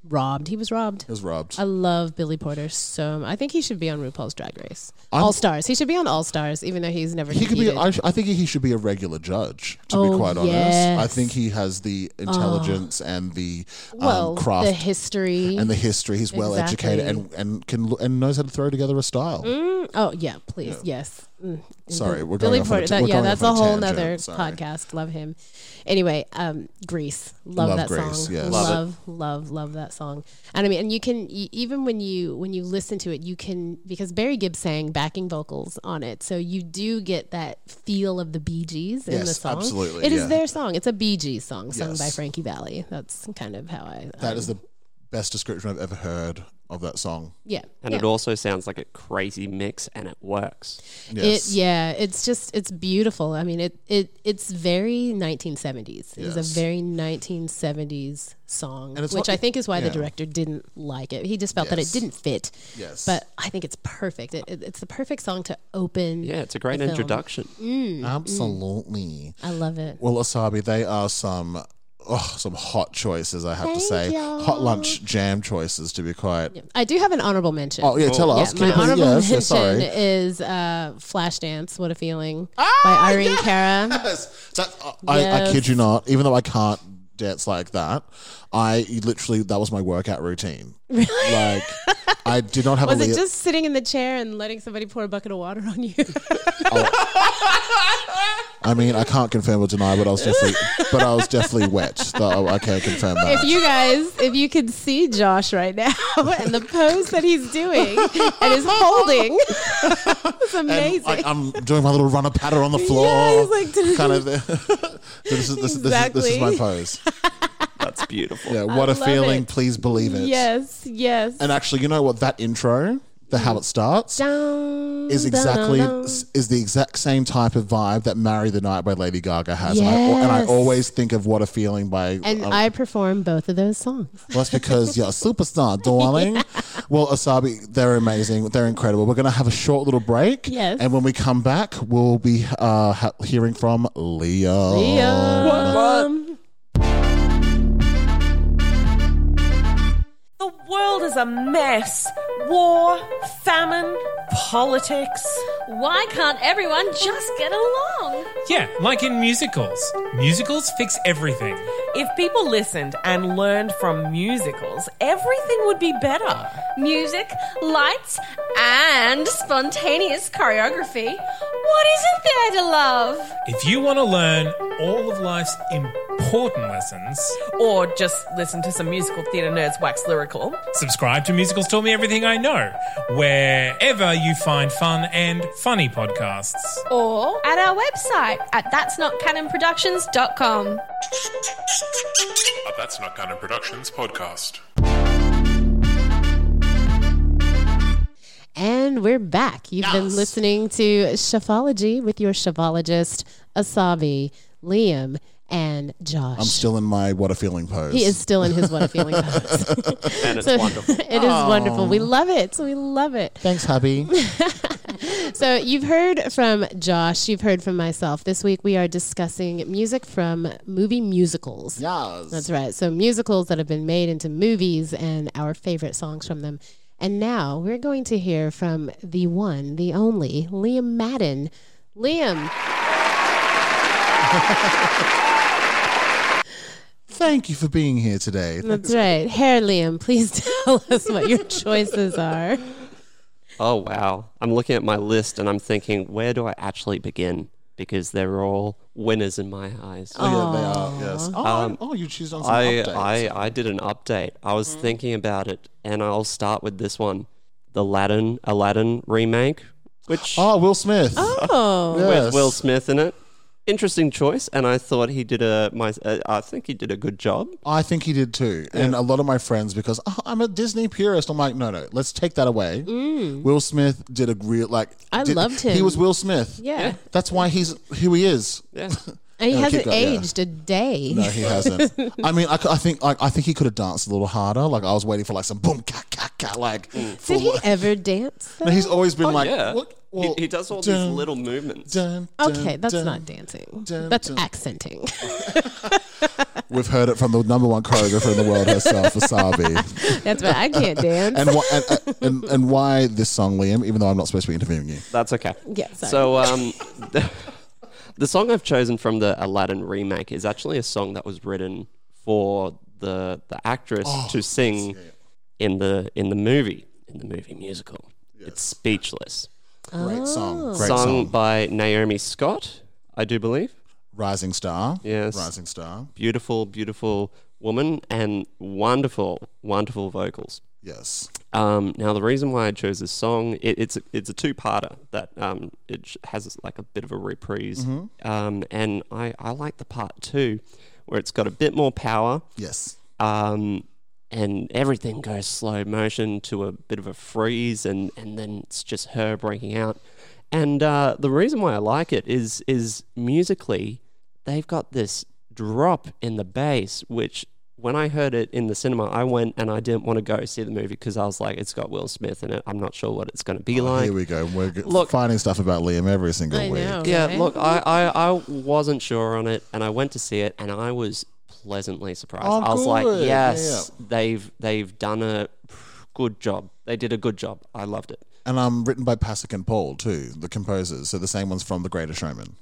Speaker 3: robbed. He was robbed.
Speaker 2: was robbed.
Speaker 3: I love Billy Porter so. much. I think he should be on RuPaul's Drag Race.
Speaker 2: I'm-
Speaker 3: All Stars. He should be on All Stars, even though he's never.
Speaker 2: He could be. um,
Speaker 3: competed.
Speaker 2: I, sh- I think he should be a regular judge. To be
Speaker 3: Oh,
Speaker 2: quite honest, I
Speaker 3: yes. Ah.
Speaker 2: think he has the intelligence and the um,
Speaker 3: well,
Speaker 2: craft
Speaker 3: the history.
Speaker 2: and the history. He's well educated and
Speaker 3: Exactly.
Speaker 2: and can lo- and knows how to throw together a style.
Speaker 3: Mm, oh yeah, please, yes. Mm.
Speaker 2: Sorry, we're
Speaker 3: Billy
Speaker 2: going off on a
Speaker 3: Porter.
Speaker 2: ta-
Speaker 3: that-
Speaker 2: we're
Speaker 3: yeah,
Speaker 2: going
Speaker 3: that's
Speaker 2: off
Speaker 3: a
Speaker 2: on a
Speaker 3: whole
Speaker 2: tangent,
Speaker 3: nother
Speaker 2: sorry.
Speaker 3: podcast. Love him. Anyway, um, Grease. Love,
Speaker 2: Love
Speaker 3: that
Speaker 2: Grease,
Speaker 3: song.
Speaker 2: yes.
Speaker 3: Love,
Speaker 2: Love it.
Speaker 3: love, love, that song. And I mean, and you can y- even when you when you listen to it, you can because Barry Gibb sang backing vocals on it, so you do get that feel of the Bee Gees in the
Speaker 2: Yes,
Speaker 3: song.
Speaker 2: absolutely,
Speaker 3: it is
Speaker 2: yeah.
Speaker 3: their song. It's a Bee Gees song sung by
Speaker 2: Yes.
Speaker 3: Frankie Valley. That's kind of how I. um,
Speaker 2: That is the best description I've ever heard of that song.
Speaker 3: yeah,
Speaker 1: And
Speaker 3: yeah.
Speaker 1: it also sounds like a crazy mix, and it works.
Speaker 2: Yes.
Speaker 3: It yeah, it's just it's beautiful. I mean, it it it's very 1970s. It's
Speaker 2: Yes.
Speaker 3: a very 1970s song,
Speaker 2: And it's
Speaker 3: which
Speaker 2: what-
Speaker 3: I think is why the
Speaker 2: yeah.
Speaker 3: director didn't like it. He just felt that it
Speaker 2: Yes.
Speaker 3: didn't fit.
Speaker 2: Yes.
Speaker 3: But I think it's perfect. It, it- it's the perfect song to open.
Speaker 1: Yeah, it's a great
Speaker 3: the film.
Speaker 1: introduction.
Speaker 2: Absolutely.
Speaker 3: Mm. I love it.
Speaker 2: Well, Asabi, they are some. Oh, some hot choices, I have to say.
Speaker 3: Thank y'all.
Speaker 2: Hot lunch jam choices, to be quite.
Speaker 3: I do have an honorable mention.
Speaker 2: Oh, yeah, tell us.
Speaker 3: Yeah, my
Speaker 2: Can I-
Speaker 3: honorable
Speaker 2: yes,
Speaker 3: mention
Speaker 2: yes, sorry. Ah,
Speaker 3: is uh, Flashdance, What a Feeling by Irene Cara.
Speaker 2: Yes. That, I, I, I
Speaker 3: Yes.
Speaker 2: kid you not, even though I can't dance like that, I literally, that was my workout routine. Like, I did not have
Speaker 3: Was
Speaker 2: a
Speaker 3: it
Speaker 2: lea-
Speaker 3: just sitting in the chair and letting somebody pour a bucket of water on you?
Speaker 2: I mean, I can't confirm or deny, but I was definitely, but I was definitely wet. So I can't confirm that.
Speaker 3: If you guys, if you could see Josh right now and the pose that he's doing and is holding, it's amazing.
Speaker 2: I, I'm doing my little runner patter on the floor,
Speaker 3: it's like-
Speaker 2: kind of. this, is, this, is- this, is, this is my
Speaker 3: Exactly.
Speaker 2: pose. That's
Speaker 1: beautiful.
Speaker 2: Yeah, what a
Speaker 3: love
Speaker 2: feeling.
Speaker 3: it.
Speaker 2: Please believe it.
Speaker 3: yes, yes.
Speaker 2: And actually, you know what? That intro, the how it starts, is exactly
Speaker 3: dun, dun.
Speaker 2: is the exact same type of vibe that "Marry the Night" by Lady Gaga has. And, I, and I
Speaker 3: Yes.
Speaker 2: always think of "What a Feeling" by.
Speaker 3: And
Speaker 2: um,
Speaker 3: I perform both of those songs.
Speaker 2: well, that's because you're a superstar, darling. Well, Asabi, they're amazing. They're incredible. We're going to have a short little break.
Speaker 3: Yes.
Speaker 2: And when we come back, we'll be uh, ha- hearing from Leo.
Speaker 9: The world is a mess. War, famine, politics.
Speaker 10: Why can't everyone just get along?
Speaker 11: Yeah, like in musicals. Musicals fix everything.
Speaker 9: If people listened and learned from musicals, everything would be better.
Speaker 10: Music, lights, and spontaneous choreography. What isn't there to love?
Speaker 11: If you want to learn all of life's important lessons,
Speaker 9: Or just listen to some musical theatre nerds wax lyrical.
Speaker 11: subscribe to Musicals Taught Me Everything I Know, wherever you find fun and funny podcasts.
Speaker 10: Or at our website at that'snotcanonproductions.com.
Speaker 5: A That's Not Canon Productions podcast.
Speaker 3: And we're back. You've been listening to Chefology with your chefologist, Asabi, Liam, and Josh.
Speaker 2: I'm still in my what a feeling pose.
Speaker 3: He is still in his what a feeling pose.
Speaker 2: and
Speaker 3: So- it is wonderful. We love it. We love it.
Speaker 2: Thanks, hubby.
Speaker 3: So you've heard from Josh. You've heard from myself. This week we are discussing music from movie musicals.
Speaker 2: Yes.
Speaker 3: That's right. So musicals that have been made into movies and our favorite songs from them. And now we're going to hear from the one, the only, Liam Madden. Liam.
Speaker 2: Thank you for being here today.
Speaker 3: That's right. Hair Liam, please tell us what your choices are.
Speaker 1: Oh wow! I'm looking at my list and I'm thinking, where do I actually begin? Because they're all winners in my eyes.
Speaker 2: Oh, yeah, they are, yes. Oh, oh, you choose on some
Speaker 1: Um, I,
Speaker 2: updates.
Speaker 1: I I did an update. I was
Speaker 2: Mm.
Speaker 1: thinking about it, and I'll start with this one, the Aladdin Aladdin remake, which
Speaker 2: Oh, Will Smith.
Speaker 3: Oh,
Speaker 1: with Will Smith in it. Interesting choice, and I thought he did a my. Uh, I think he did a good job.
Speaker 2: I think he did too. And a lot of my friends, because "Oh, I'm a Disney purist, I'm like, no, no, let's take that away.
Speaker 3: Mm.
Speaker 2: Will Smith did a real, like,
Speaker 3: I
Speaker 2: did-
Speaker 3: loved
Speaker 2: He
Speaker 3: him.
Speaker 2: was Will Smith.
Speaker 3: Yeah. Yeah.
Speaker 2: That's why he's who he is.
Speaker 1: Yeah.
Speaker 3: And he
Speaker 2: Yeah, keep
Speaker 3: hasn't
Speaker 2: going, yeah.
Speaker 3: aged a day.
Speaker 2: No, he hasn't. I mean, I, c- I think like I think he could have danced a little harder. Like I was waiting for like some boom, ka ka ka, like. full-
Speaker 3: Did he ever dance?
Speaker 2: No, he's always been
Speaker 1: Mm. Oh,
Speaker 2: like,
Speaker 1: yeah.
Speaker 2: what?
Speaker 1: He-
Speaker 2: Well,
Speaker 1: he, does all
Speaker 2: dun,
Speaker 1: these little movements.
Speaker 2: dun, dun,
Speaker 3: Okay, that's
Speaker 2: dun.
Speaker 3: not dancing.
Speaker 2: dun,
Speaker 3: that's
Speaker 2: dun.
Speaker 3: accenting.
Speaker 2: We've heard it from the number one choreographer in the world herself, Wasabi.
Speaker 3: that's right. I can't dance.
Speaker 2: and, why, and, and and why this song, Liam? Even though I'm not supposed to be interviewing you.
Speaker 1: That's okay.
Speaker 3: Yeah, sorry.
Speaker 1: So um, the, the song I've chosen from the Aladdin remake is actually a song that was written for the the actress
Speaker 2: Oh,
Speaker 1: to sing in the in the movie in the movie musical. It's speechless.
Speaker 2: Great song. Great
Speaker 1: sung
Speaker 2: song.
Speaker 1: by Naomi Scott, I do believe.
Speaker 2: Rising star.
Speaker 1: Yes.
Speaker 2: Rising star.
Speaker 1: Beautiful, beautiful woman and wonderful, wonderful vocals.
Speaker 2: Yes.
Speaker 1: Um, now the reason why I chose this song, it, it's a, it's a two-parter that um, it sh- has like a bit of a reprise,
Speaker 2: Mhm.
Speaker 1: um, and I, I like the part two where it's got a bit more power.
Speaker 2: Yes.
Speaker 1: Um, and everything goes slow motion to a bit of a freeze, and, and then it's just her breaking out. And uh, the reason why I like it is is musically, they've got this drop in the bass, which when I heard it in the cinema, I went and I didn't want to go see the movie because I was like, it's got Will Smith in it. I'm not sure what it's going to be
Speaker 2: Oh,
Speaker 1: like.
Speaker 2: here we go. We're g- finding stuff about Liam every single
Speaker 3: I
Speaker 2: week.
Speaker 3: know.
Speaker 1: Yeah,
Speaker 3: right?
Speaker 1: look, I, I, I wasn't sure on it, and I went to see it, and I was pleasantly surprised.
Speaker 2: Oh,
Speaker 1: I was like,
Speaker 2: good. Yeah,
Speaker 1: yes, they've they've done a good job. They did a good job. I loved it.
Speaker 2: And um, written by Pasek and Paul too, the composers. So the same ones from The Greatest Showman.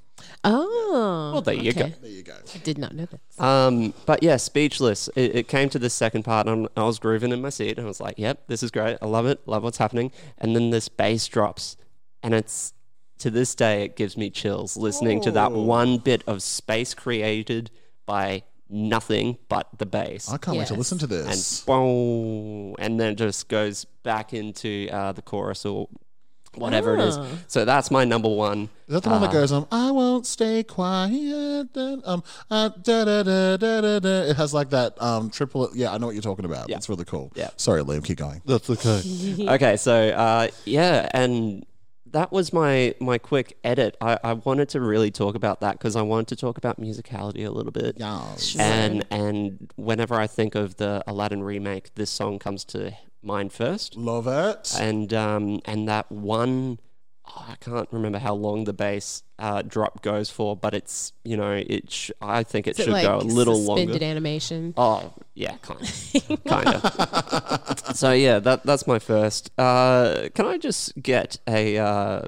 Speaker 3: Oh.
Speaker 1: Well, there you go.
Speaker 2: There you go.
Speaker 3: I did not know that.
Speaker 1: Um, but yeah, speechless. It, it came to the second part, and I was grooving in my seat, and I was like, "Yep, this is great. I love it. Love what's happening." And then this bass drops, and it's to this day, it gives me chills listening to that
Speaker 2: Ooh.
Speaker 1: one bit of space created by nothing but the bass.
Speaker 2: I can't wait to Yes. listen to this.
Speaker 1: And, boom, and then it just goes back into uh, the chorus or whatever it is.
Speaker 2: Ah.
Speaker 1: So that's my number one.
Speaker 2: Is that the one that
Speaker 1: Uh,
Speaker 2: goes, um, I won't stay quiet, then, um, uh, da, da, da, da, da, da. It has like that um, triple. Yeah, I know what you're talking about. It's really cool. Yeah. Sorry, Liam, keep going. That's okay.
Speaker 1: okay, so uh, yeah, and that was my my quick edit. I, I wanted to really talk about that because I wanted to talk about musicality a little bit.
Speaker 2: Yes. Sure.
Speaker 1: And and whenever I think of the Aladdin remake, this song comes to mind first.
Speaker 2: Love it.
Speaker 1: And um and that one. oh, I can't remember how long the bass uh, drop goes for, but it's you know it. Sh- I think it
Speaker 3: Is it
Speaker 1: should
Speaker 3: like
Speaker 1: go a little
Speaker 3: suspended
Speaker 1: longer.
Speaker 3: animation?
Speaker 1: Oh yeah, kind of, kind of. So yeah, that that's my first. Uh, can I just get a uh,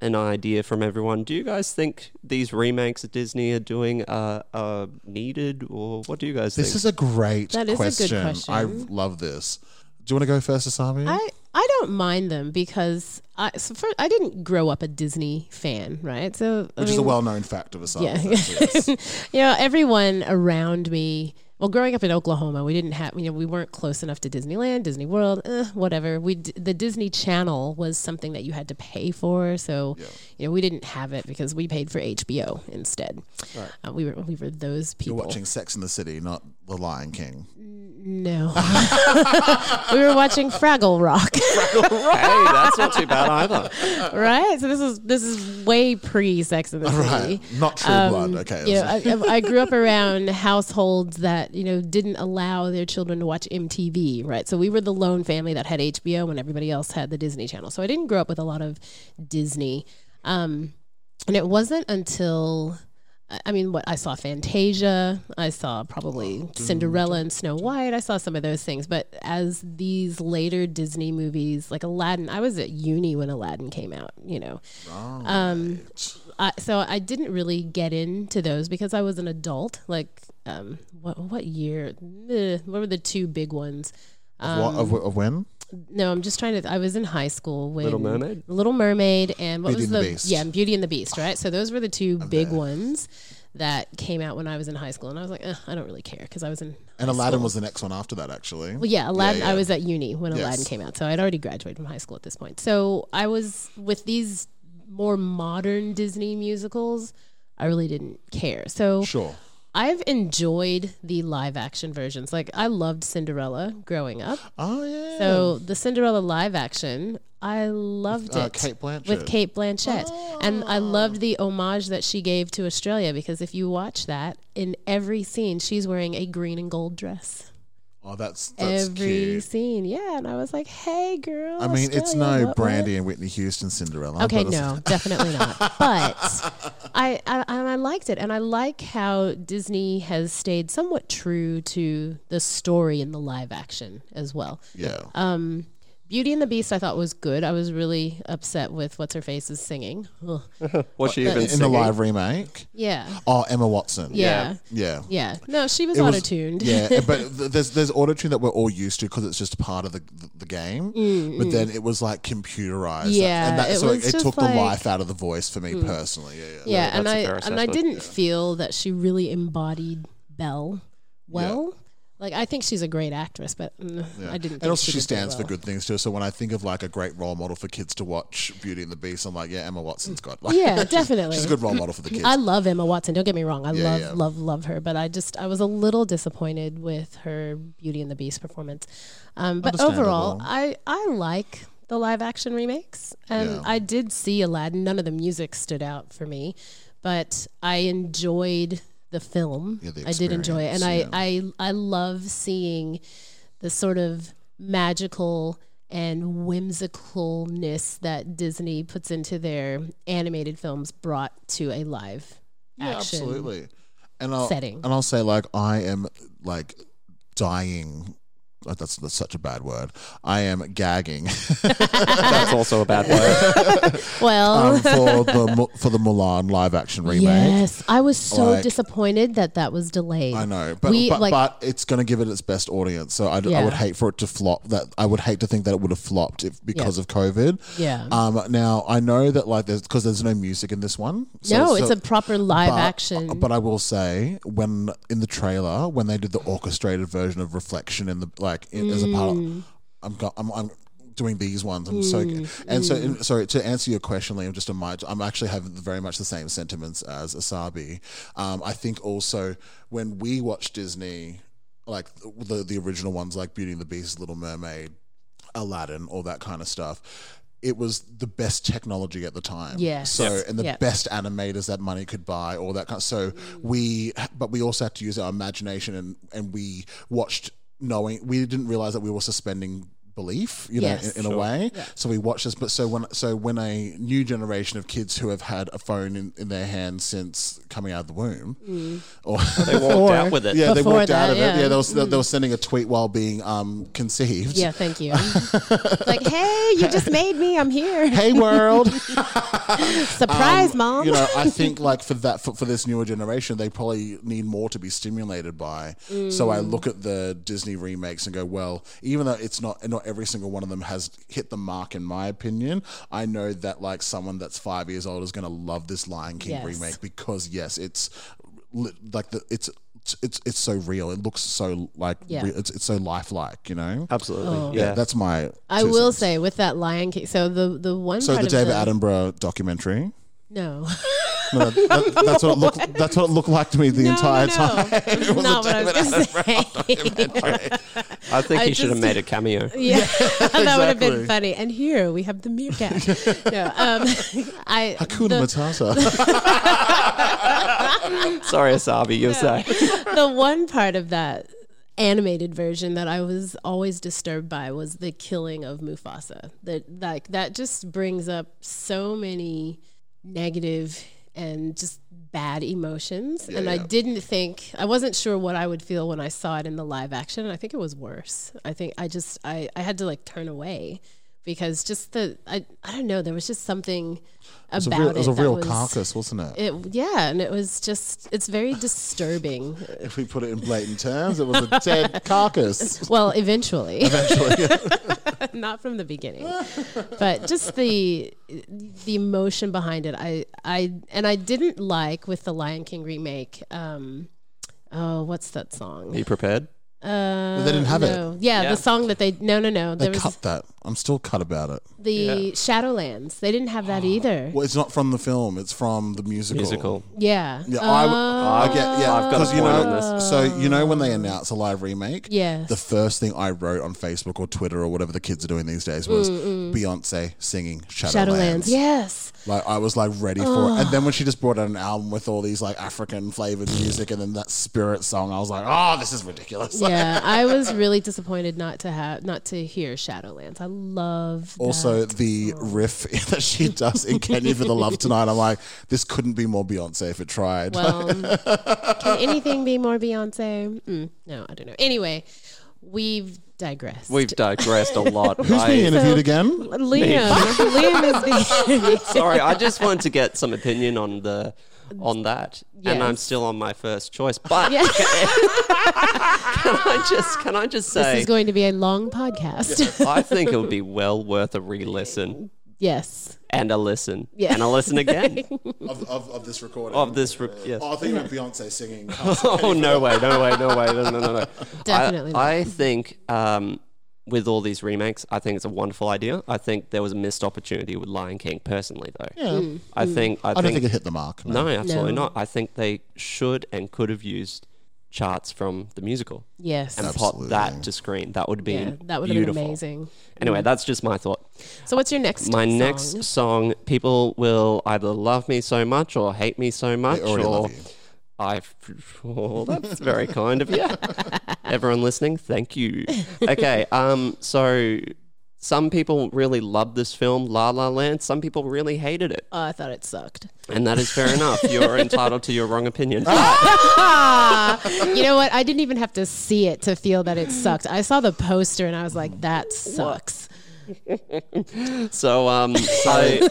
Speaker 1: an idea from everyone? Do you guys think these remakes that Disney are doing are, are needed, or what do you guys
Speaker 2: This
Speaker 1: think?
Speaker 2: is a great
Speaker 3: That is a good
Speaker 2: question. I
Speaker 3: question.
Speaker 2: love this. Do you want to go first, Asami?
Speaker 3: I, I don't mind them because I so fir- I didn't grow up a Disney fan, right? So I
Speaker 2: Which is a
Speaker 3: mean-
Speaker 2: well-known fact of Asami.
Speaker 3: Yeah,
Speaker 2: actually.
Speaker 3: you know, everyone around me. Well, growing up in Oklahoma, we didn't have you know we weren't close enough to Disneyland, Disney World, eh, whatever. We d- the Disney Channel was something that you had to pay for, so you know we didn't have it because we paid for HBO instead.
Speaker 2: Right.
Speaker 3: Uh, we were we were those people.
Speaker 2: You're watching Sex in the City, not The Lion King.
Speaker 3: No. we were watching Fraggle Rock.
Speaker 1: hey, that's not too bad either.
Speaker 3: right? So this is this is way pre Sex in the City.
Speaker 2: Right. Not True Blood. Okay.
Speaker 3: You know, Um, I, I grew up around households that you know didn't allow their children to watch MTV. Right. So we were the lone family that had HBO, and everybody else had the Disney Channel. So I didn't grow up with a lot of Disney, um, and it wasn't until. I- I mean, what I saw Fantasia, I saw probably Cinderella and Snow White. I saw some of those things, but as these later Disney movies, like Aladdin, I was at uni when Aladdin came out. You know, um, I, so I didn't really get into those because I was an adult. Like, um, what what year? Eh, what were the two big ones?
Speaker 2: Of what-
Speaker 3: um,
Speaker 2: of, wh- of when?
Speaker 3: no, I'm just trying to. I was in high school when
Speaker 2: Little Mermaid?
Speaker 3: Little Mermaid, and what
Speaker 2: Beauty
Speaker 3: was
Speaker 2: and
Speaker 3: the,
Speaker 2: the Beast.
Speaker 3: yeah Beauty and the Beast, right? So those were the 2 big ones that came out when I was in high school, and I was like, eh, I don't really care because I was in.
Speaker 2: And
Speaker 3: high
Speaker 2: Aladdin
Speaker 3: school.
Speaker 2: was the next one after that, actually.
Speaker 3: Well, yeah, Aladdin. I
Speaker 2: yeah.
Speaker 3: was at uni when
Speaker 2: Yes.
Speaker 3: Aladdin came out, so I'd already graduated from high school at this point. So I was with these more modern Disney musicals. I really didn't care. So
Speaker 2: Sure.
Speaker 3: I've enjoyed the live action versions. Like I loved Cinderella growing up.
Speaker 2: Oh yeah.
Speaker 3: So the Cinderella live action, I loved
Speaker 2: uh,
Speaker 3: it.
Speaker 2: Kate Blanchett. Ah.
Speaker 3: With Kate Blanchett. And I loved the homage that she gave to Australia because if you watch that, in every scene she's wearing a green and gold dress
Speaker 2: Oh, that's that's
Speaker 3: every
Speaker 2: cute.
Speaker 3: scene. Yeah, and I was like, "Hey, girl."
Speaker 2: I mean, it's
Speaker 3: Australia,
Speaker 2: no
Speaker 3: what-
Speaker 2: Brandy and Whitney Houston Cinderella.
Speaker 3: Okay,
Speaker 2: but it's-
Speaker 3: no, definitely not. But I, I and I liked it, and I like how Disney has stayed somewhat true to the story in the live action as well.
Speaker 2: Yeah.
Speaker 3: Um, Beauty and the Beast, I thought was good. I was really upset with what's her face is singing. Ugh.
Speaker 1: What's she
Speaker 3: But-
Speaker 1: even
Speaker 2: in the live remake.
Speaker 3: Yeah.
Speaker 2: Oh, Emma Watson.
Speaker 3: Yeah.
Speaker 2: Yeah.
Speaker 3: Yeah. No, she was
Speaker 2: It
Speaker 3: auto tuned.
Speaker 2: yeah, but th- there's there's auto tune that we're all used to because it's just part of the the, the game.
Speaker 3: Mm,
Speaker 2: But
Speaker 3: mm.
Speaker 2: then it was like computerized.
Speaker 3: Yeah,
Speaker 2: and that,
Speaker 3: it
Speaker 2: so
Speaker 3: was
Speaker 2: it, it
Speaker 3: just
Speaker 2: took
Speaker 3: like-
Speaker 2: the life out of the voice for me
Speaker 3: Mm.
Speaker 2: personally. Yeah, yeah.
Speaker 3: yeah, and I and I didn't feel that she really embodied Belle well. Like I think she's a great actress, but mm,
Speaker 2: Yeah.
Speaker 3: I didn't.
Speaker 2: And
Speaker 3: think
Speaker 2: also, she,
Speaker 3: did very
Speaker 2: stands
Speaker 3: well.
Speaker 2: for good things too. So when I think of like a great role model for kids to watch Beauty and the Beast, I'm like, yeah, Emma Watson's got. Like,
Speaker 3: Mm. yeah,
Speaker 2: she's-
Speaker 3: definitely.
Speaker 2: She's a good role model for the kids.
Speaker 3: Mm, I love Emma Watson. Don't get me wrong. I
Speaker 2: Yeah,
Speaker 3: love,
Speaker 2: yeah.
Speaker 3: love, love her. But I just, I was a little disappointed with her Beauty and the Beast performance. Um, but overall,
Speaker 10: Understandable.
Speaker 3: I, I like the live action remakes. And
Speaker 10: Yeah.
Speaker 3: I did see Aladdin. None of the music stood out for me, but I enjoyed the film.
Speaker 10: Yeah, the
Speaker 3: I did enjoy it. And
Speaker 10: experience,
Speaker 3: I, I, I love seeing the sort of magical and whimsicalness that Disney puts into their animated films brought to a live
Speaker 2: Yeah,
Speaker 3: action.
Speaker 2: absolutely. And I'll,
Speaker 3: setting.
Speaker 2: And I'll say like I am like dying uh, that's, that's such a bad word. I am gagging.
Speaker 1: that's also a bad word.
Speaker 3: Well.
Speaker 2: um, for the Mu- for the Mulan live action remake.
Speaker 3: Yes, I was so
Speaker 2: Like,
Speaker 3: disappointed that that was delayed.
Speaker 2: I know, but
Speaker 3: we
Speaker 2: but,
Speaker 3: like
Speaker 2: but it's going to give it its best audience. So I, d- I
Speaker 3: Yeah.
Speaker 2: would hate for it to flop. That I would hate to think that it would have flopped if because
Speaker 3: Yeah.
Speaker 2: of COVID.
Speaker 3: Yeah.
Speaker 2: Um. Now I know that like there's because there's no music in this one. So-
Speaker 3: no,
Speaker 2: so-
Speaker 3: it's a proper live
Speaker 2: but-
Speaker 3: action.
Speaker 2: But I will say, when in the trailer, when they did the orchestrated version of Reflection in the like in, as a part, of,
Speaker 3: Mm.
Speaker 2: I'm go, I'm. I'm Doing these ones, I'm so, and
Speaker 3: Mm,
Speaker 2: so,
Speaker 3: mm.
Speaker 2: and sorry to answer your question, Liam. Just a much, I'm actually having very much the same sentiments as Asabi. Um, I think also when we watch Disney, like the the original ones, like Beauty and the Beast, Little Mermaid, Aladdin, all that kind of stuff. It was the best technology at the time.
Speaker 3: Yes.
Speaker 2: So
Speaker 3: Yes.
Speaker 2: and the
Speaker 3: Yeah.
Speaker 2: best animators that money could buy, all that kind. Of, so we, but we also had to use our imagination, and and we watched knowing we didn't realize that we were suspending belief, you know,
Speaker 3: Yes.
Speaker 2: in, in a
Speaker 3: Sure.
Speaker 2: way.
Speaker 3: Yeah.
Speaker 2: So we watched this, but so when so when a new generation of kids who have had a phone in, in their hand since coming out of the womb,
Speaker 3: Mm.
Speaker 2: or
Speaker 1: They walked out Before. with it.
Speaker 2: Yeah, they
Speaker 1: Before
Speaker 2: walked
Speaker 1: that,
Speaker 2: out of
Speaker 1: yeah.
Speaker 2: it. Yeah, they were, they were
Speaker 3: Mm.
Speaker 2: sending a tweet while being um, conceived.
Speaker 3: yeah, thank you. like, hey, you just made me. I'm here.
Speaker 2: Hey, world.
Speaker 3: Surprise,
Speaker 2: Um,
Speaker 3: mom.
Speaker 2: You know, I think like for that for, for this newer generation, they probably need more to be stimulated by. So I
Speaker 3: Mm.
Speaker 2: look at the Disney remakes and go, well, even though it's not not every single one of them has hit the mark in my opinion, I know that like someone that's five years old is going to love this Lion King
Speaker 3: Yes.
Speaker 2: remake because yes, it's li- like the it's. It's it's so real. It looks so like
Speaker 3: Yeah.
Speaker 2: re- it's it's so lifelike, you know.
Speaker 1: Absolutely,
Speaker 3: Oh.
Speaker 2: yeah.
Speaker 3: yeah.
Speaker 2: That's my.
Speaker 3: I
Speaker 2: two
Speaker 3: will
Speaker 2: cents.
Speaker 3: say with that Lion King. So the the one
Speaker 2: So
Speaker 3: part
Speaker 2: the
Speaker 3: of
Speaker 2: David Attenborough documentary.
Speaker 3: No,
Speaker 2: No, that, that- that's what it looked. That's what it looked like to me the entire time.
Speaker 3: That's not what I was going to say.
Speaker 1: I think
Speaker 3: I
Speaker 1: he should have
Speaker 3: just-
Speaker 1: made a cameo.
Speaker 3: Yeah, that would have
Speaker 1: exactly.
Speaker 3: been funny. And here we have the meerkat. no, um, I
Speaker 2: Hakuna
Speaker 3: the-
Speaker 2: Matata.
Speaker 1: Sorry, Asabi, you're saying.
Speaker 3: the one part of that animated version that I was always disturbed by was the killing of Mufasa. That like that just brings up so many negative and just bad emotions.
Speaker 10: Yeah,
Speaker 3: and I
Speaker 10: yeah.
Speaker 3: didn't think I wasn't sure what I would feel when I saw it in the live action. And I think it was worse. I think I just I, I had to like turn away because just the I I don't know, there was just something
Speaker 2: It's a
Speaker 3: about
Speaker 2: real,
Speaker 3: it.
Speaker 2: it was a
Speaker 3: that
Speaker 2: real
Speaker 3: was-
Speaker 2: carcass, wasn't it?
Speaker 3: It, yeah, and it was just, it's very disturbing.
Speaker 2: If we put it in blatant terms, it was a dead carcass.
Speaker 3: Well, eventually.
Speaker 2: Eventually.
Speaker 3: Not from the beginning. But just the the emotion behind it. I I and I didn't like with the Lion King remake um oh, what's that song?
Speaker 1: Are you prepared?
Speaker 3: Uh,
Speaker 2: They didn't have it.
Speaker 3: no. Yeah,
Speaker 2: Yeah.
Speaker 3: the song that they no no no.
Speaker 2: They
Speaker 3: there was
Speaker 2: cut that. I'm still cut about it.
Speaker 3: the Shadowlands. They didn't have that either.
Speaker 2: Well, it's not from the film. It's from the musical.
Speaker 1: Musical.
Speaker 3: Yeah.
Speaker 2: Yeah, I, w- I
Speaker 3: Oh.
Speaker 2: get yeah.
Speaker 1: I've got a
Speaker 2: 'cause you
Speaker 1: point
Speaker 2: know,
Speaker 1: on
Speaker 2: So you know when they announce a live remake,
Speaker 3: Yes.
Speaker 2: the first thing I wrote on Facebook or Twitter or whatever the kids are doing these days was
Speaker 3: Mm, mm.
Speaker 2: Beyonce singing Shadowlands.
Speaker 3: Oh. Shadowlands. Yes.
Speaker 2: Like I was like ready for it, and then when she just brought out an album with all these like African flavored music, and then that spirit song, I was like, oh, this is ridiculous.
Speaker 3: yeah, I was really disappointed not to have not to hear Shadowlands. I love
Speaker 2: Also, the riff that she does in Kenya for the Love Tonight, I'm like, this couldn't be more Beyonce if it tried.
Speaker 3: Well, can anything be more Beyonce? Mm, no, I don't know. Anyway, we've digressed.
Speaker 1: We've digressed a lot.
Speaker 2: Who's being interviewed again?
Speaker 3: Liam, Liam is being
Speaker 1: Sorry, I just wanted to get some opinion on the on that, and I'm
Speaker 3: Yes.
Speaker 1: still on my first choice. But
Speaker 3: Yeah.
Speaker 1: can I just can I just
Speaker 3: This
Speaker 1: say
Speaker 3: is going to be a long podcast.
Speaker 1: I think it would be well worth a re-listen
Speaker 3: yes.
Speaker 1: and a listen
Speaker 3: Yeah.
Speaker 1: and a listen again
Speaker 2: of, of, of this recording.
Speaker 1: of this. Re- yes.
Speaker 2: Oh, I think about Beyonce singing.
Speaker 1: oh no way, no way, no way, no no no no.
Speaker 3: Definitely
Speaker 1: I,
Speaker 3: not.
Speaker 1: I think um, with all these remakes, I think it's a wonderful idea. I think there was a missed opportunity with Lion King, personally though.
Speaker 3: Hmm.
Speaker 2: Yeah. Mm,
Speaker 1: I
Speaker 2: mm.
Speaker 1: think I,
Speaker 2: I don't think it hit the mark, no.
Speaker 1: No, absolutely
Speaker 3: No.
Speaker 1: not. I think they should and could have used charts from the musical.
Speaker 3: Yes.
Speaker 1: and pop that to screen. That would be
Speaker 3: Yeah, that would have been
Speaker 1: beautiful.
Speaker 3: amazing.
Speaker 1: Anyway,
Speaker 3: Mm.
Speaker 1: that's just my thought.
Speaker 3: So what's your next?
Speaker 1: My
Speaker 3: song?
Speaker 1: next song, people will either love me so much or hate me so much,
Speaker 2: already
Speaker 1: or
Speaker 2: love you.
Speaker 1: I. Oh, that's very kind of you. Everyone listening, thank you. Okay, um, so Some people really loved this film, La La Land. Some people really hated it.
Speaker 3: Oh, I thought it sucked.
Speaker 1: And that is fair enough. You're entitled to your wrong opinion.
Speaker 3: you know what? I didn't even have to see it to feel that it sucked. I saw the poster and I was like, that sucks.
Speaker 1: So, um, so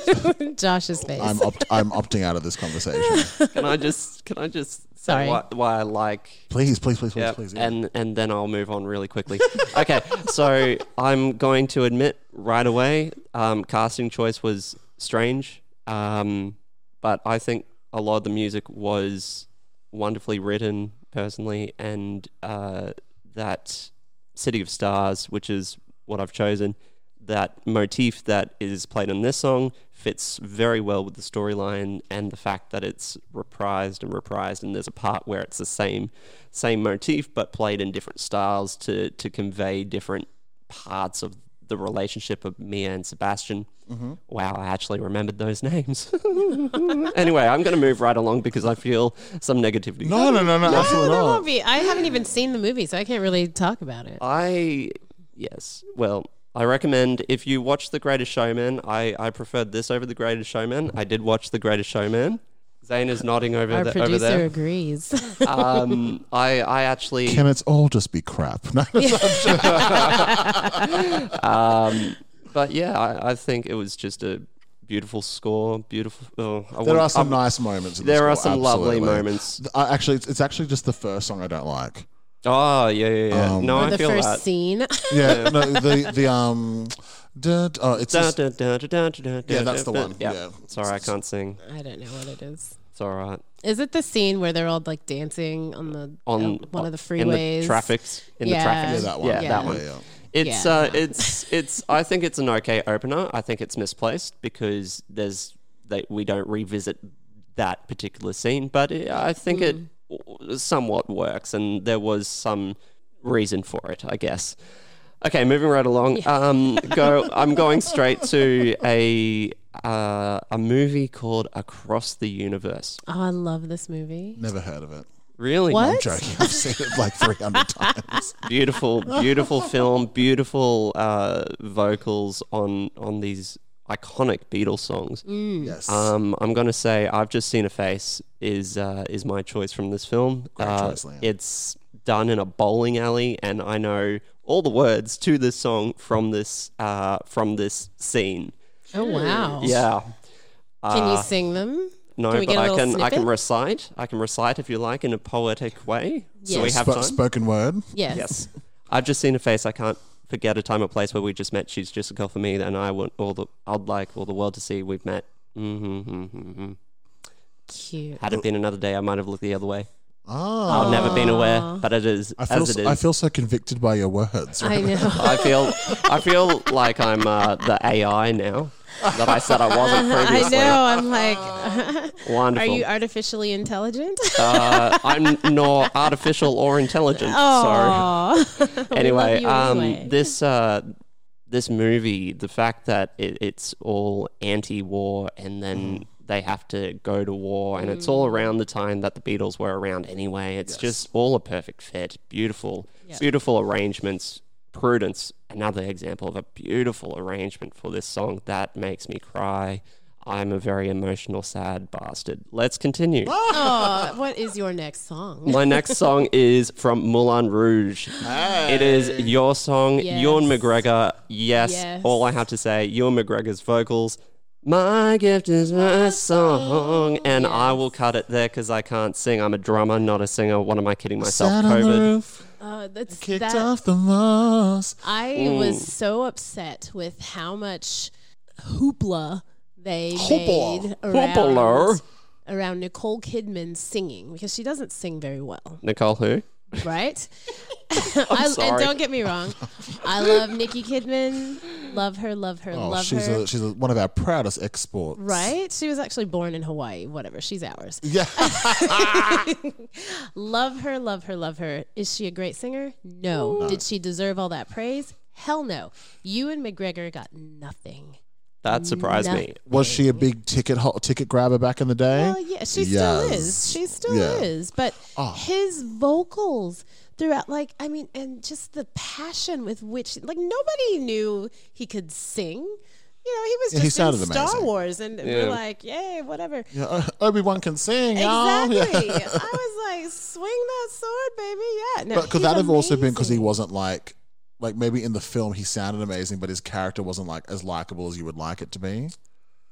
Speaker 3: Josh's face.
Speaker 2: I'm opt- I'm opting out of this conversation.
Speaker 1: can I just can I just say
Speaker 3: Sorry.
Speaker 1: why, why I like
Speaker 2: Please, please, please, please,
Speaker 1: Yep,
Speaker 2: please.
Speaker 1: and and then I'll move on really quickly. okay, so I'm going to admit right away, um, casting choice was strange, um, but I think a lot of the music was wonderfully written, personally, and uh, that City of Stars, which is what I've chosen, that motif that is played in this song fits very well with the storyline and the fact that it's reprised and reprised and there's a part where it's the same same motif but played in different styles to to convey different parts of the relationship of Mia and Sebastian.
Speaker 12: Mhm.
Speaker 1: Wow, I actually remembered those names. anyway, I'm going to move right along because I feel some negativity.
Speaker 2: No, no, no, no,
Speaker 3: Oh, No,
Speaker 2: absolutely
Speaker 3: there
Speaker 2: not.
Speaker 3: won't be. I haven't even seen the movie, so I can't really talk about
Speaker 1: Uh,
Speaker 3: it.
Speaker 1: I yes. Well, I recommend if you watch The Greatest Showman. I I preferred this over The Greatest Showman. I did watch The Greatest Showman. Zane is nodding over,
Speaker 3: Our
Speaker 1: the- over
Speaker 3: producer
Speaker 1: there.
Speaker 3: agrees.
Speaker 1: um, I I actually
Speaker 2: Can it all just be crap? No,
Speaker 1: um, but yeah, I, I think it was just a beautiful score. Beautiful. Oh, I
Speaker 2: there
Speaker 1: want-
Speaker 2: are some
Speaker 1: I'm-
Speaker 2: nice moments. In
Speaker 1: there
Speaker 2: this
Speaker 1: are
Speaker 2: score,
Speaker 1: some lovely
Speaker 2: absolutely.
Speaker 1: moments.
Speaker 2: Th- I actually, it's, it's actually just the first song I don't like.
Speaker 1: Oh yeah, yeah, yeah.
Speaker 2: Um,
Speaker 1: no,
Speaker 3: Or
Speaker 1: I
Speaker 3: the
Speaker 1: feel
Speaker 3: first
Speaker 1: that.
Speaker 3: scene.
Speaker 2: Yeah, no, the the um, duh, duh, oh, it's
Speaker 1: Da,
Speaker 2: just,
Speaker 1: da, da, da, da, da,
Speaker 2: Yeah, that's the
Speaker 1: da,
Speaker 2: one, yeah.
Speaker 1: Sorry, I can't sing.
Speaker 3: I don't know what it is.
Speaker 1: It's all right.
Speaker 3: Is it the scene where they're all like dancing on the uh,
Speaker 1: on uh,
Speaker 3: one of the freeways?
Speaker 1: in the traffics in
Speaker 3: Yeah.
Speaker 1: the traffics.
Speaker 2: Yeah, that one.
Speaker 1: Yeah,
Speaker 2: Yeah.
Speaker 1: that one.
Speaker 2: Yeah, yeah.
Speaker 1: It's
Speaker 3: Yeah.
Speaker 1: uh, it's it's. I think it's an okay opener. I think it's misplaced because there's they, we don't revisit that particular scene, but it, I think it
Speaker 3: Mm.
Speaker 1: w- somewhat works, and there was some reason for it, I guess. Okay, moving right along. Um, go. I'm going straight to a uh, a movie called Across the Universe.
Speaker 3: Oh, I love this movie.
Speaker 2: never heard of it.
Speaker 1: Really?
Speaker 3: What?
Speaker 2: I'm joking. I've seen it like 300 times.
Speaker 1: beautiful, beautiful film, beautiful uh, vocals on on these iconic Beatles songs.
Speaker 3: Mm.
Speaker 2: Yes.
Speaker 1: Um, I'm gonna say I've just seen a face is uh, is my choice from this film. Uh,
Speaker 2: choice, Liam.
Speaker 1: it's done in a bowling alley, and I know all the words to this song from this uh, from this scene.
Speaker 3: Oh wow.
Speaker 1: Yeah.
Speaker 3: Can you
Speaker 1: Uh,
Speaker 3: sing them?
Speaker 1: No,
Speaker 3: Can we
Speaker 1: but
Speaker 3: get a
Speaker 1: I
Speaker 3: little
Speaker 1: can I can
Speaker 3: snippet?
Speaker 1: recite. I can recite if you like in a poetic way. So we
Speaker 3: Yes.
Speaker 1: have
Speaker 2: Spo-
Speaker 1: time.
Speaker 2: spoken word.
Speaker 3: Yes.
Speaker 1: Yes. I've just seen a face. I can't forget a time or place where we just met. She's just a girl for me, and I want all the. I'd like all the world to see we've met. Mm-hmm.
Speaker 3: Cute.
Speaker 1: Had it been another day, I might have looked the other way.
Speaker 2: Ah,
Speaker 1: I've never been aware, but it is
Speaker 2: I feel,
Speaker 1: as it
Speaker 2: so,
Speaker 1: is.
Speaker 2: I feel so convicted by your words.
Speaker 3: I know.
Speaker 1: I feel. I feel like I'm uh, the AI now that I said I wasn't
Speaker 3: I
Speaker 1: previously.
Speaker 3: know. I'm like,
Speaker 1: Wonderful.
Speaker 3: are you artificially intelligent?
Speaker 1: uh, I'm nor artificial or intelligent. Sorry.
Speaker 3: Oh.
Speaker 1: anyway, um,
Speaker 3: anyway.
Speaker 1: this uh, this movie, the fact that it, it's all anti-war and then they have to go to war, and it's all around the time that the Beatles were around anyway. It's just all a perfect fit. Beautiful, beautiful arrangements. Prudence, another example of a beautiful arrangement for this song that makes me cry. I'm a very emotional, sad bastard. Let's continue.
Speaker 3: oh, what is your next song?
Speaker 1: My next song is from Moulin Rouge. It is your song,
Speaker 3: Yes.
Speaker 1: Ewan McGregor. Yes,
Speaker 3: Yes.
Speaker 1: all I have to say, Ewan McGregor's vocals. My gift is my song, and I will cut it there because I can't sing. I'm a drummer, not a singer. What am I kidding myself?
Speaker 2: Sat on the
Speaker 1: COVID.
Speaker 2: roof,
Speaker 3: Uh, that's
Speaker 2: kicked
Speaker 3: that.
Speaker 2: off the mosque.
Speaker 3: I was so upset with how much hoopla they
Speaker 2: Hoopla.
Speaker 3: made
Speaker 1: Hoopla.
Speaker 3: around, around Nicole Kidman singing because she doesn't sing very well,
Speaker 1: Nicole, who?
Speaker 3: right? I, and
Speaker 1: sorry.
Speaker 3: don't get me wrong, I love Nikki Kidman. Love her, love her,
Speaker 2: Oh,
Speaker 3: love
Speaker 2: she's
Speaker 3: her.
Speaker 2: a, she's a, one of our proudest exports.
Speaker 3: Right? She was actually born in Hawaii. Whatever. She's ours.
Speaker 2: Yeah.
Speaker 3: love her, love her, love her. Is she a great singer? No.
Speaker 2: No.
Speaker 3: Did she deserve all that praise? Hell no. You and McGregor got nothing.
Speaker 1: That
Speaker 3: Mm,
Speaker 1: surprised me.
Speaker 2: Was she a big ticket hot ticket grabber back in the day?
Speaker 3: Well, yeah, she still is. She still
Speaker 2: Yeah.
Speaker 3: is. But his vocals, throughout. Like, I mean, and just the passion with which, like, nobody knew he could sing. You know, he was
Speaker 2: Yeah,
Speaker 3: just
Speaker 2: he
Speaker 3: in
Speaker 2: sounded
Speaker 3: Star
Speaker 2: amazing.
Speaker 3: Wars, and
Speaker 2: Yeah.
Speaker 3: we're like, yay, whatever.
Speaker 2: Yeah, Obi Wan can sing. y'all. Yeah.
Speaker 3: Exactly. I was like, swing that sword, baby. Yeah. No,
Speaker 2: but could
Speaker 3: he's
Speaker 2: that have also been because he wasn't like, like maybe in the film he sounded amazing, but his character wasn't like as likable as you would like it to be.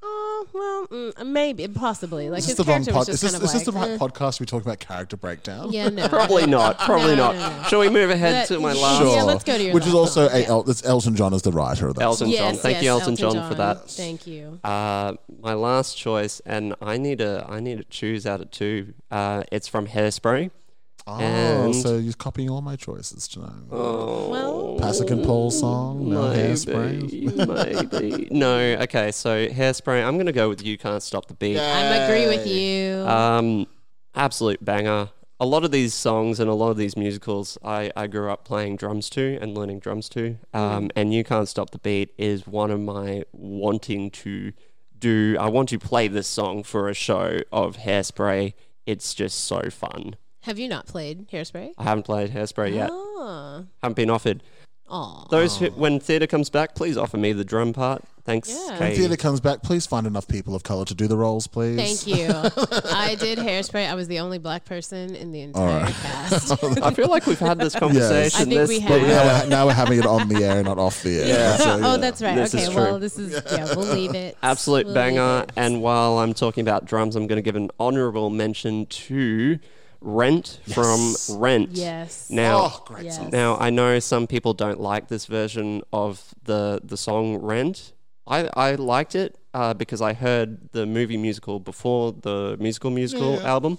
Speaker 3: Oh, well, mm, maybe, possibly. Like
Speaker 2: Is
Speaker 3: his
Speaker 2: this the wrong
Speaker 3: character was
Speaker 2: pod?
Speaker 3: just
Speaker 2: Is this,
Speaker 3: kind of
Speaker 2: is this
Speaker 3: like,
Speaker 2: the right
Speaker 3: eh.
Speaker 2: podcast? We talking about character breakdown.
Speaker 3: Yeah, no.
Speaker 1: Probably not. Probably
Speaker 3: No,
Speaker 1: not.
Speaker 3: no,
Speaker 1: Shall we move ahead
Speaker 3: Let-
Speaker 1: to my
Speaker 3: yeah,
Speaker 1: last?
Speaker 3: yeah, let's go to your
Speaker 2: Which is
Speaker 3: last
Speaker 2: also a, El- it's Elton John as the writer of that.
Speaker 1: Elton
Speaker 2: song.
Speaker 1: John.
Speaker 3: Yes,
Speaker 1: Thank you,
Speaker 3: yes,
Speaker 1: Elton,
Speaker 3: Elton
Speaker 1: John, for
Speaker 3: John.
Speaker 1: that.
Speaker 3: Thank you.
Speaker 1: Uh, my last choice, and I need to I need to choose out of two. Uh, it's from Hairspray.
Speaker 2: Oh,
Speaker 1: and
Speaker 2: so you're copying all my choices tonight.
Speaker 1: Oh. Well-
Speaker 2: Passacan Pole song, no
Speaker 1: Maybe,
Speaker 2: hairspray.
Speaker 1: maybe. no, okay. So Hairspray. I'm gonna go with You Can't Stop the Beat.
Speaker 3: I'm agree with you.
Speaker 1: Um, absolute banger. A lot of these songs and a lot of these musicals, I, I grew up playing drums to and learning drums to. Um, and You Can't Stop the Beat is one of my wanting to do. I want to play this song for a show of Hairspray. It's just so fun.
Speaker 3: have you not played Hairspray?
Speaker 1: I haven't played Hairspray yet.
Speaker 3: Oh.
Speaker 1: Haven't been offered.
Speaker 3: Aw.
Speaker 1: Those who, when theatre comes back, please offer me the drum part. Thanks.
Speaker 2: When
Speaker 1: Kay.
Speaker 2: theatre comes back, please find enough people of color to do the roles, please.
Speaker 3: Thank you. I did hairspray. I was the only black person in the
Speaker 2: All
Speaker 3: entire
Speaker 2: right.
Speaker 3: cast.
Speaker 1: I feel like we've had this conversation.
Speaker 3: I think
Speaker 1: This-
Speaker 3: we
Speaker 2: But
Speaker 3: have.
Speaker 2: now, we're, now we're having it on the air, not off the air.
Speaker 1: Yeah.
Speaker 2: So,
Speaker 3: Oh, that's right.
Speaker 1: This is
Speaker 3: okay,
Speaker 1: true.
Speaker 3: well, this is yeah. We'll leave it.
Speaker 1: Absolute
Speaker 3: We'll leave
Speaker 1: banger.
Speaker 3: it.
Speaker 1: And while I'm talking about drums, I'm going to give an honorable mention to Rent from Rent.
Speaker 3: Yes.
Speaker 1: Now,
Speaker 3: Oh, great Yes. song.
Speaker 1: now I know some people don't like this version of the the song Rent. I, I liked it uh, because I heard the movie musical before the musical musical
Speaker 12: Yeah.
Speaker 1: album,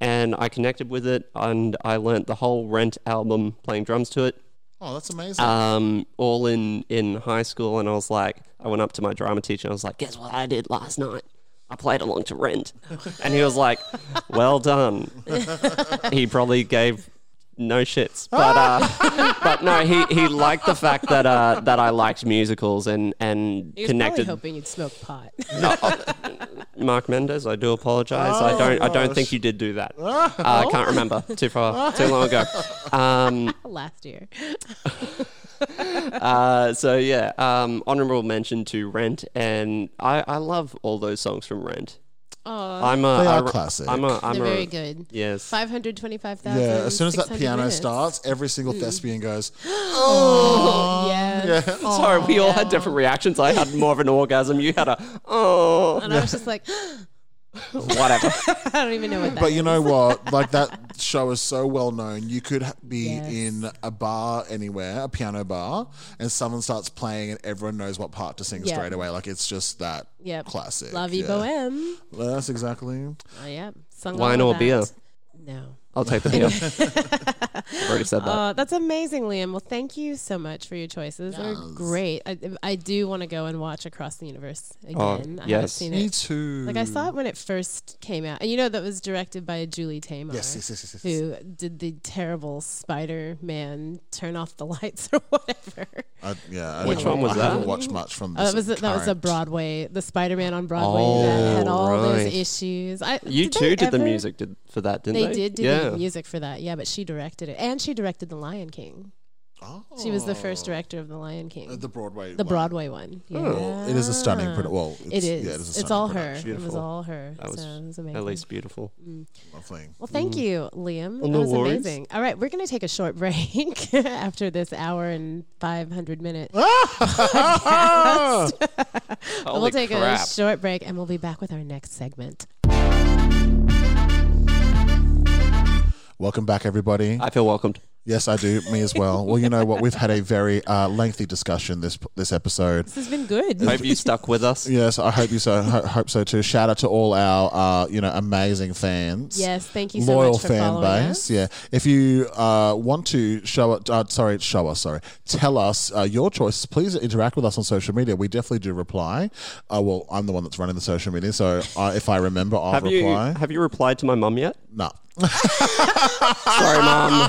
Speaker 1: and I connected with it, and I learnt the whole Rent album playing drums to it.
Speaker 2: oh, that's amazing.
Speaker 1: Um, all in in high school, and I was like, I went up to my drama teacher. and I was like, guess what I did last night? I played along to Rent, and he was like, well done. he probably gave no shits, but uh, but no, he he liked the fact that uh that I liked musicals and and
Speaker 3: He was probably
Speaker 1: connected.
Speaker 3: hoping you'd smoke pot.
Speaker 1: No, oh, Mark Mendes, I do apologize. I
Speaker 3: Oh,
Speaker 1: don't. I don't
Speaker 3: gosh.
Speaker 1: think you did do that. Uh, I
Speaker 3: Oh.
Speaker 1: can't remember. Too far. Too long ago. Um,
Speaker 3: Last year.
Speaker 1: uh, so yeah, um, honorable mention to Rent, and I, I love all those songs from Rent.
Speaker 3: Aw.
Speaker 1: I'm a,
Speaker 2: They
Speaker 1: I
Speaker 2: are
Speaker 1: re-
Speaker 2: classic.
Speaker 1: I'm a, I'm
Speaker 3: They're
Speaker 1: a-
Speaker 3: very good.
Speaker 1: Yes.
Speaker 3: Five hundred twenty-five
Speaker 2: yeah,
Speaker 3: thousand.
Speaker 2: as soon as that piano
Speaker 3: minutes.
Speaker 2: starts, every single thespian goes,
Speaker 3: Oh, yes.
Speaker 1: Sorry, we all had different reactions. I had more of an orgasm. You had a oh,
Speaker 3: And I was just like,
Speaker 1: whatever.
Speaker 3: I don't even know what that.
Speaker 2: But you know what? Like that show is so well known. You could ha- be
Speaker 3: Yes.
Speaker 2: in a bar anywhere, a piano bar, and someone starts playing, and everyone knows what part to sing
Speaker 3: Yeah.
Speaker 2: straight away. Like it's just that
Speaker 3: Yep.
Speaker 2: classic.
Speaker 3: La vie
Speaker 2: yeah.
Speaker 3: bohème.
Speaker 2: Well, that's exactly.
Speaker 3: Oh yeah. Sung
Speaker 1: Wine
Speaker 3: all
Speaker 1: or
Speaker 3: of
Speaker 1: beer?
Speaker 3: that. No.
Speaker 1: I'll take the beer. I've already said that.
Speaker 3: Oh, that's amazing, Liam. Well, thank you so much for your choices. They're great. I, I do want to go and watch Across the Universe again.
Speaker 1: Oh,
Speaker 3: I haven't
Speaker 1: yes.
Speaker 3: seen
Speaker 2: Me
Speaker 3: it.
Speaker 2: too.
Speaker 3: Like I saw it when it first came out, and you know that was directed by Julie Taymor,
Speaker 2: Yes, yes, yes, yes, yes.
Speaker 3: who did the terrible Spider-Man turn off the lights or whatever.
Speaker 2: I, yeah. I
Speaker 1: Which
Speaker 2: haven't-
Speaker 1: one was
Speaker 2: I haven't
Speaker 1: that?
Speaker 2: watched much from.
Speaker 3: Oh,
Speaker 2: This
Speaker 3: that was a, that was a
Speaker 2: current-
Speaker 3: Broadway, the Spider-Man on Broadway that had
Speaker 1: Oh,
Speaker 3: all
Speaker 1: right.
Speaker 3: those issues. I,
Speaker 1: you
Speaker 3: did
Speaker 1: too
Speaker 3: they
Speaker 1: did the
Speaker 3: ever-
Speaker 1: music did, for that, didn't
Speaker 3: They,
Speaker 1: they?
Speaker 3: did do
Speaker 1: yeah.
Speaker 3: the music for that, yeah. But she directed it, and she directed The Lion King.
Speaker 2: Oh.
Speaker 3: She was the first director of The Lion King.
Speaker 2: Uh, the Broadway
Speaker 3: The
Speaker 2: one.
Speaker 3: Broadway one. Yeah.
Speaker 2: Oh, it is a stunning produ- well,
Speaker 3: it
Speaker 2: it's-
Speaker 3: is.
Speaker 2: yeah, it is
Speaker 3: it's
Speaker 2: a stunning
Speaker 3: all her.
Speaker 2: production.
Speaker 3: It was
Speaker 2: Beautiful.
Speaker 3: all her.
Speaker 1: That was,
Speaker 3: so it was amazing.
Speaker 1: at least beautiful.
Speaker 3: Mm.
Speaker 2: Lovely.
Speaker 3: Well, thank
Speaker 1: Mm.
Speaker 3: you, Liam.
Speaker 1: Well,
Speaker 3: that
Speaker 1: no
Speaker 3: was
Speaker 1: worries.
Speaker 3: amazing. All right, we're going to take a short break after this hour and 500 minutes. we'll
Speaker 1: Holy
Speaker 3: take a
Speaker 1: crap.
Speaker 3: short break and we'll be back with our next segment.
Speaker 2: Welcome back, everybody.
Speaker 1: I feel welcomed.
Speaker 2: Yes, I do. Me as well. Well, you know what? We've had a very uh, lengthy discussion this this episode.
Speaker 3: This has been good.
Speaker 1: Hope you stuck with us.
Speaker 2: Yes, I hope you so. Ho- hope so too. Shout out to all our uh, you know amazing fans.
Speaker 3: Yes, thank you so
Speaker 2: Loyal
Speaker 3: much for
Speaker 2: fan
Speaker 3: following us.
Speaker 2: base. Yeah, if you uh, want to show it, uh, sorry, show us, sorry, tell us uh, your choices. Please interact with us on social media. We definitely do reply. Uh, well, I'm the one that's running the social media, so uh, if I remember, I'll
Speaker 1: have you
Speaker 2: reply.
Speaker 1: have you replied to my mum yet?
Speaker 2: No.
Speaker 1: Sorry, mum.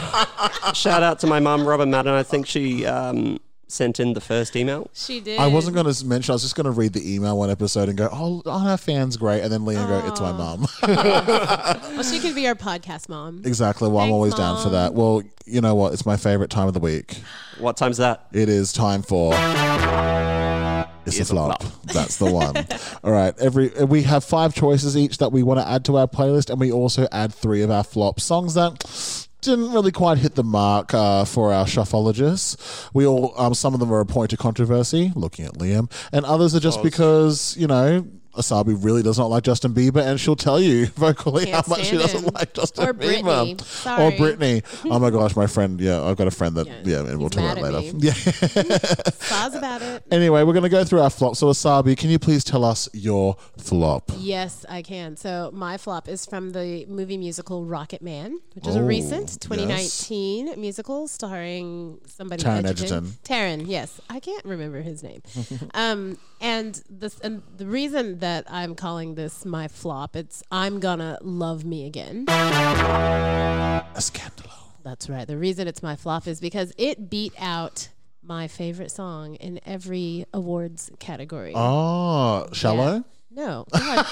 Speaker 1: Shout out to my mum, Robin Madden. I think she um, sent in the first email?
Speaker 3: She
Speaker 2: I wasn't going to mention. I was just going to read the email one episode and go, "Oh, our fan's great," and then Liam go, "It's my mum."
Speaker 3: well, she could be our podcast mom.
Speaker 2: exactly. Well, I'm always down for that. Well, you know what? It's my favorite time of the week.
Speaker 1: What time's that?
Speaker 2: It is time for. It's a flop. That's the one. All right. Every we have five choices each that we want to add to our playlist, and we also add three of our flop songs that didn't really quite hit the mark uh, for our shuffologists. We all um, some of them are a point of controversy, looking at Liam, and others are just
Speaker 12: Oz.
Speaker 2: because you know. Asabi really does not like Justin Bieber, and she'll tell you vocally
Speaker 12: Can't
Speaker 2: how much she
Speaker 12: stand
Speaker 2: doesn't
Speaker 12: him.
Speaker 2: like Justin
Speaker 12: Or
Speaker 2: Bieber
Speaker 12: Britney. Sorry.
Speaker 2: or Britney. Oh my gosh, my friend. Yeah, I've got a friend that yeah, and we'll talk
Speaker 3: mad
Speaker 2: about
Speaker 3: at
Speaker 2: later.
Speaker 3: me.
Speaker 2: Yeah.
Speaker 3: Saz about it.
Speaker 2: Anyway, we're going to go through our flop. So, Wasabi, can you please tell us your flop?
Speaker 3: Yes, I can. So my flop is from the movie musical Rocket Man, which is
Speaker 2: Oh,
Speaker 3: a recent
Speaker 2: yes.
Speaker 3: 2019 musical starring somebody.
Speaker 2: Taron
Speaker 3: Egerton. Taron, yes, I can't remember his name. um, and this, and the reason that I'm calling this my flop, it's I'm gonna love me again.
Speaker 2: A scandal.
Speaker 3: That's right. The reason it's my flop is because it beat out my favorite song in every awards category.
Speaker 2: Oh, shallow?
Speaker 3: No. God.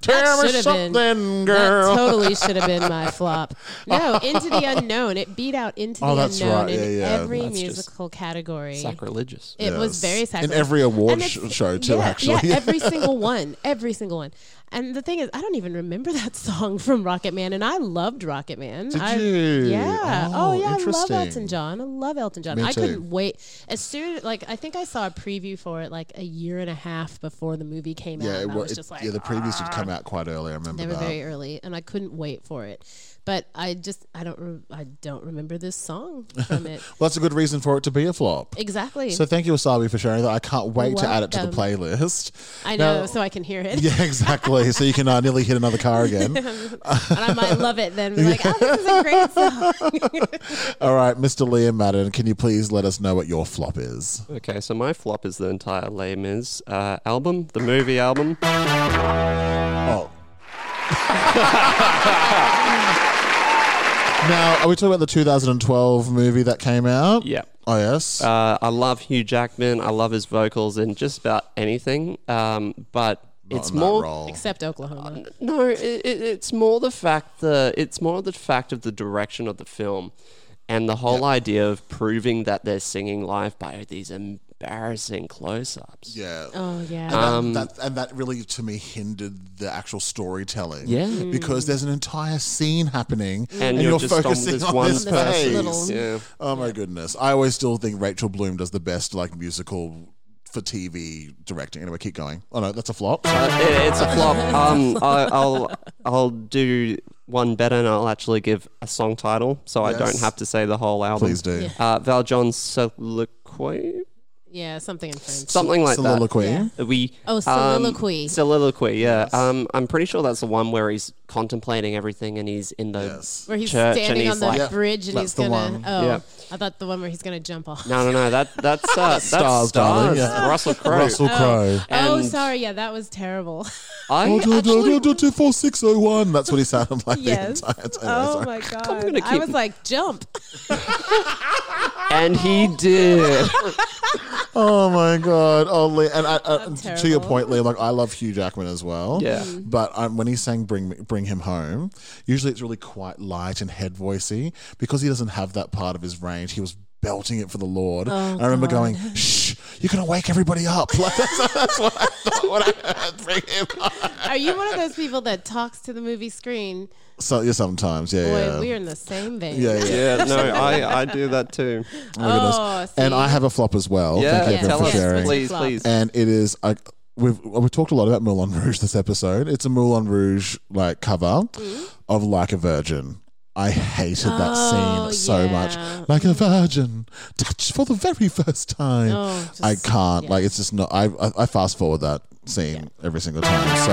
Speaker 2: Tell me
Speaker 3: should've been-
Speaker 2: something, girl.
Speaker 3: That totally should have been my flop. No, Into the Unknown. It beat out Into
Speaker 2: Oh,
Speaker 3: the
Speaker 2: that's
Speaker 3: Unknown
Speaker 2: right.
Speaker 3: in
Speaker 2: Yeah, yeah.
Speaker 3: every
Speaker 2: That's just
Speaker 3: musical category.
Speaker 1: sacrilegious.
Speaker 3: It was
Speaker 2: Yes.
Speaker 3: very
Speaker 2: In
Speaker 3: sacrilegious.
Speaker 2: every award
Speaker 3: And
Speaker 2: sh-
Speaker 3: it's-
Speaker 2: show too,
Speaker 3: yeah,
Speaker 2: actually.
Speaker 3: Yeah, every single one. Every single one. And the thing is, I don't even remember that song from Rocket Man, and I loved Rocket Man.
Speaker 2: Did
Speaker 3: I,
Speaker 2: you?
Speaker 3: Yeah. Oh,
Speaker 2: Oh,
Speaker 3: yeah. I love
Speaker 2: interesting.
Speaker 3: Elton John. I love Elton John.
Speaker 2: Me
Speaker 3: I
Speaker 2: too.
Speaker 3: couldn't wait. As soon like I think I saw a preview for it like a year and a half before the movie came out.
Speaker 2: Yeah,
Speaker 3: and
Speaker 2: it,
Speaker 3: I
Speaker 2: wa-
Speaker 3: was
Speaker 2: it-
Speaker 3: just like,
Speaker 2: yeah, the previews did
Speaker 3: "Ah."
Speaker 2: come out quite early. I remember
Speaker 3: They were
Speaker 2: that.
Speaker 3: very early, and I couldn't wait for it. But I just I don't re- I don't remember this song from it.
Speaker 2: well, that's a good reason for it to be a flop.
Speaker 3: Exactly.
Speaker 2: So, thank you, Wasabi, for sharing that. I can't wait to add it to the
Speaker 3: Welcome.
Speaker 2: playlist.
Speaker 3: I
Speaker 2: Now-
Speaker 3: know, so I can hear it.
Speaker 2: Yeah, exactly. so you can uh, nearly hit another car again.
Speaker 3: and I might love it then. Be like, oh, this is a great song.
Speaker 2: All right, Mr. Liam Madden, can you please let us know what your flop is?
Speaker 1: Okay, so my flop is the entire Les Mis uh, album, the movie album.
Speaker 2: Oh. Now, are we talking about the 2012 movie that came out?
Speaker 1: Yeah.
Speaker 2: Oh, yes.
Speaker 1: Uh, I love Hugh Jackman. I love his vocals in just about anything. Um, but it's
Speaker 2: in that
Speaker 1: more
Speaker 2: role.
Speaker 3: Except Oklahoma.
Speaker 1: No, it, it, it's more the fact that it's more the fact of the direction of the film, and the whole idea of proving that they're singing live by these embarrassing close-ups.
Speaker 2: Yeah.
Speaker 3: Oh, yeah.
Speaker 2: And,
Speaker 1: Um,
Speaker 2: that, that, and that really, to me, hindered the actual storytelling.
Speaker 1: Yeah. Mm.
Speaker 2: Because there's an entire scene happening
Speaker 1: And you're just on this one person. Little- Yeah.
Speaker 2: Oh, my goodness. I always still think Rachel Bloom does the best, like, musical for TV directing. Anyway, keep going. Oh, no, that's a flop.
Speaker 1: Uh, it- it's a flop. Um, I, I'll I'll do one better, and I'll actually give a song title, so I don't
Speaker 2: Yes.
Speaker 1: have to say the whole album.
Speaker 2: Please do. Yeah.
Speaker 1: Uh, Val John's soliloquy,
Speaker 3: yeah, something in French.
Speaker 1: something like
Speaker 2: Soliloquy.
Speaker 1: that. Soliloquy. We
Speaker 3: Oh,
Speaker 1: um,
Speaker 3: soliloquy.
Speaker 1: soliloquy. Yeah. Um, I'm pretty sure that's the one where he's contemplating everything, and he's in the
Speaker 3: Where he's
Speaker 1: church and
Speaker 3: standing
Speaker 1: he's
Speaker 3: on the
Speaker 1: like-
Speaker 3: bridge and he's gonna. Oh,
Speaker 1: Yeah.
Speaker 3: I thought the one where he's gonna jump off.
Speaker 1: No, no, no. That that's uh, that's stars,
Speaker 2: Stars, darling, yeah.
Speaker 1: Russell Crowe.
Speaker 2: Russell Crowe.
Speaker 3: oh,
Speaker 1: And-
Speaker 3: sorry. Yeah, that was terrible.
Speaker 1: I
Speaker 2: Oh, do,
Speaker 1: actually-
Speaker 2: do, do, do, two, four, six, oh, one. That's what he sounded like
Speaker 3: yes.
Speaker 2: the entire time.
Speaker 3: Oh
Speaker 2: Sorry.
Speaker 3: my god.
Speaker 1: gonna
Speaker 3: I
Speaker 1: keep-
Speaker 3: was like, jump.
Speaker 1: and he did.
Speaker 2: Oh my god! Only and I, uh,
Speaker 3: That's
Speaker 2: to your
Speaker 3: terrible. Mm.
Speaker 2: point, Liam. Like I love Hugh Jackman as well.
Speaker 1: Yeah. Mhm.
Speaker 2: But um, when he sang "Bring Me- Bring Him Home," usually it's really quite light and head voicey because he doesn't have that part of his range. He was belting it for the
Speaker 3: Oh,
Speaker 2: Lord. And I remember going, "Shh, you're gonna wake everybody up." Like that's, that's what I thought when I heard "Bring Him Home."
Speaker 3: Are you one of those people that talks to the movie screen?
Speaker 2: So yeah, sometimes yeah.
Speaker 3: Boy,
Speaker 2: yeah.
Speaker 3: we're in the same vein.
Speaker 2: Yeah, yeah.
Speaker 1: yeah, no, I, I do that too.
Speaker 2: Oh, my goodness.
Speaker 3: Oh,
Speaker 2: and
Speaker 3: see?
Speaker 2: I have a flop as well.
Speaker 1: Yeah,
Speaker 2: Thank you everyone
Speaker 1: tell
Speaker 2: for
Speaker 1: us,
Speaker 2: sharing.
Speaker 1: please, please.
Speaker 2: And it is I we've we've talked a lot about Moulin Rouge this episode. It's a Moulin Rouge like cover
Speaker 3: Mm.
Speaker 2: of Like a Virgin. I hated that
Speaker 3: Oh,
Speaker 2: scene so
Speaker 3: yeah.
Speaker 2: much. Like a virgin, touched for the very first time.
Speaker 3: Oh,
Speaker 2: I
Speaker 3: just-
Speaker 2: can't. Like it's just not. I I, I fast forward that scene every single time. So,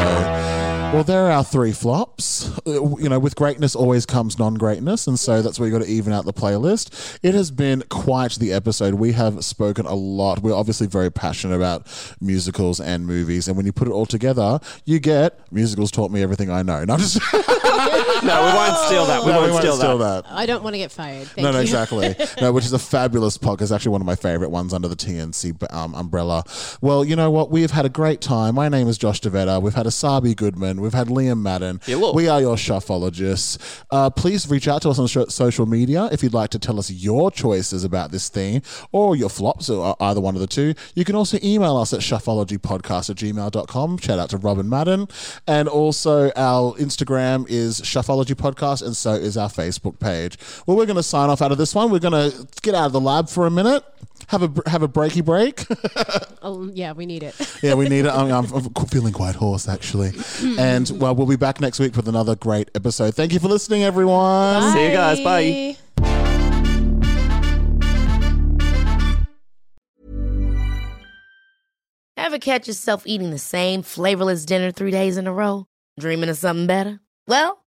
Speaker 2: well, there are our three flops. Uh, You know, with greatness always comes non greatness. And so that's where you got to even out the playlist. It has been quite the episode. We have spoken a lot. We're obviously very passionate about musicals and movies. And when you put it all together, you get musicals taught me everything I know. And I'm just.
Speaker 1: no, we won't steal that. We
Speaker 2: No,
Speaker 1: won't, steal, that.
Speaker 13: I don't want to get fired. Thank
Speaker 2: no, no,
Speaker 13: you.
Speaker 2: exactly. no, which is a fabulous podcast. Actually, one of my favorite ones under the TNC b- um, umbrella. Well, you know what? We've had a great time. My name is Josh DeVetta. We've had Asabi Goodman. We've had Liam Madden.
Speaker 1: Hello.
Speaker 2: We are your shuffologists. Uh, please reach out to us on sh- social media if you'd like to tell us your choices about this theme or your flops, or uh, either one of the two. You can also email us at shuffologypodcast at gmail.com. Shout out to Robin Madden. And also, our Instagram is Shuffology Podcast, and so is our Facebook page. Well, we're going to sign off out of this one. We're going to get out of the lab for a minute, have a, br- have a breaky break.
Speaker 13: Oh, yeah, we need it.
Speaker 2: yeah, we need it. I'm, I'm I'm feeling quite hoarse, actually. And well, we'll be back next week with another great episode. Thank you for listening, everyone.
Speaker 1: See you guys. Bye.
Speaker 3: Ever catch yourself eating the same flavorless dinner three days in a row? Dreaming of something better? Well,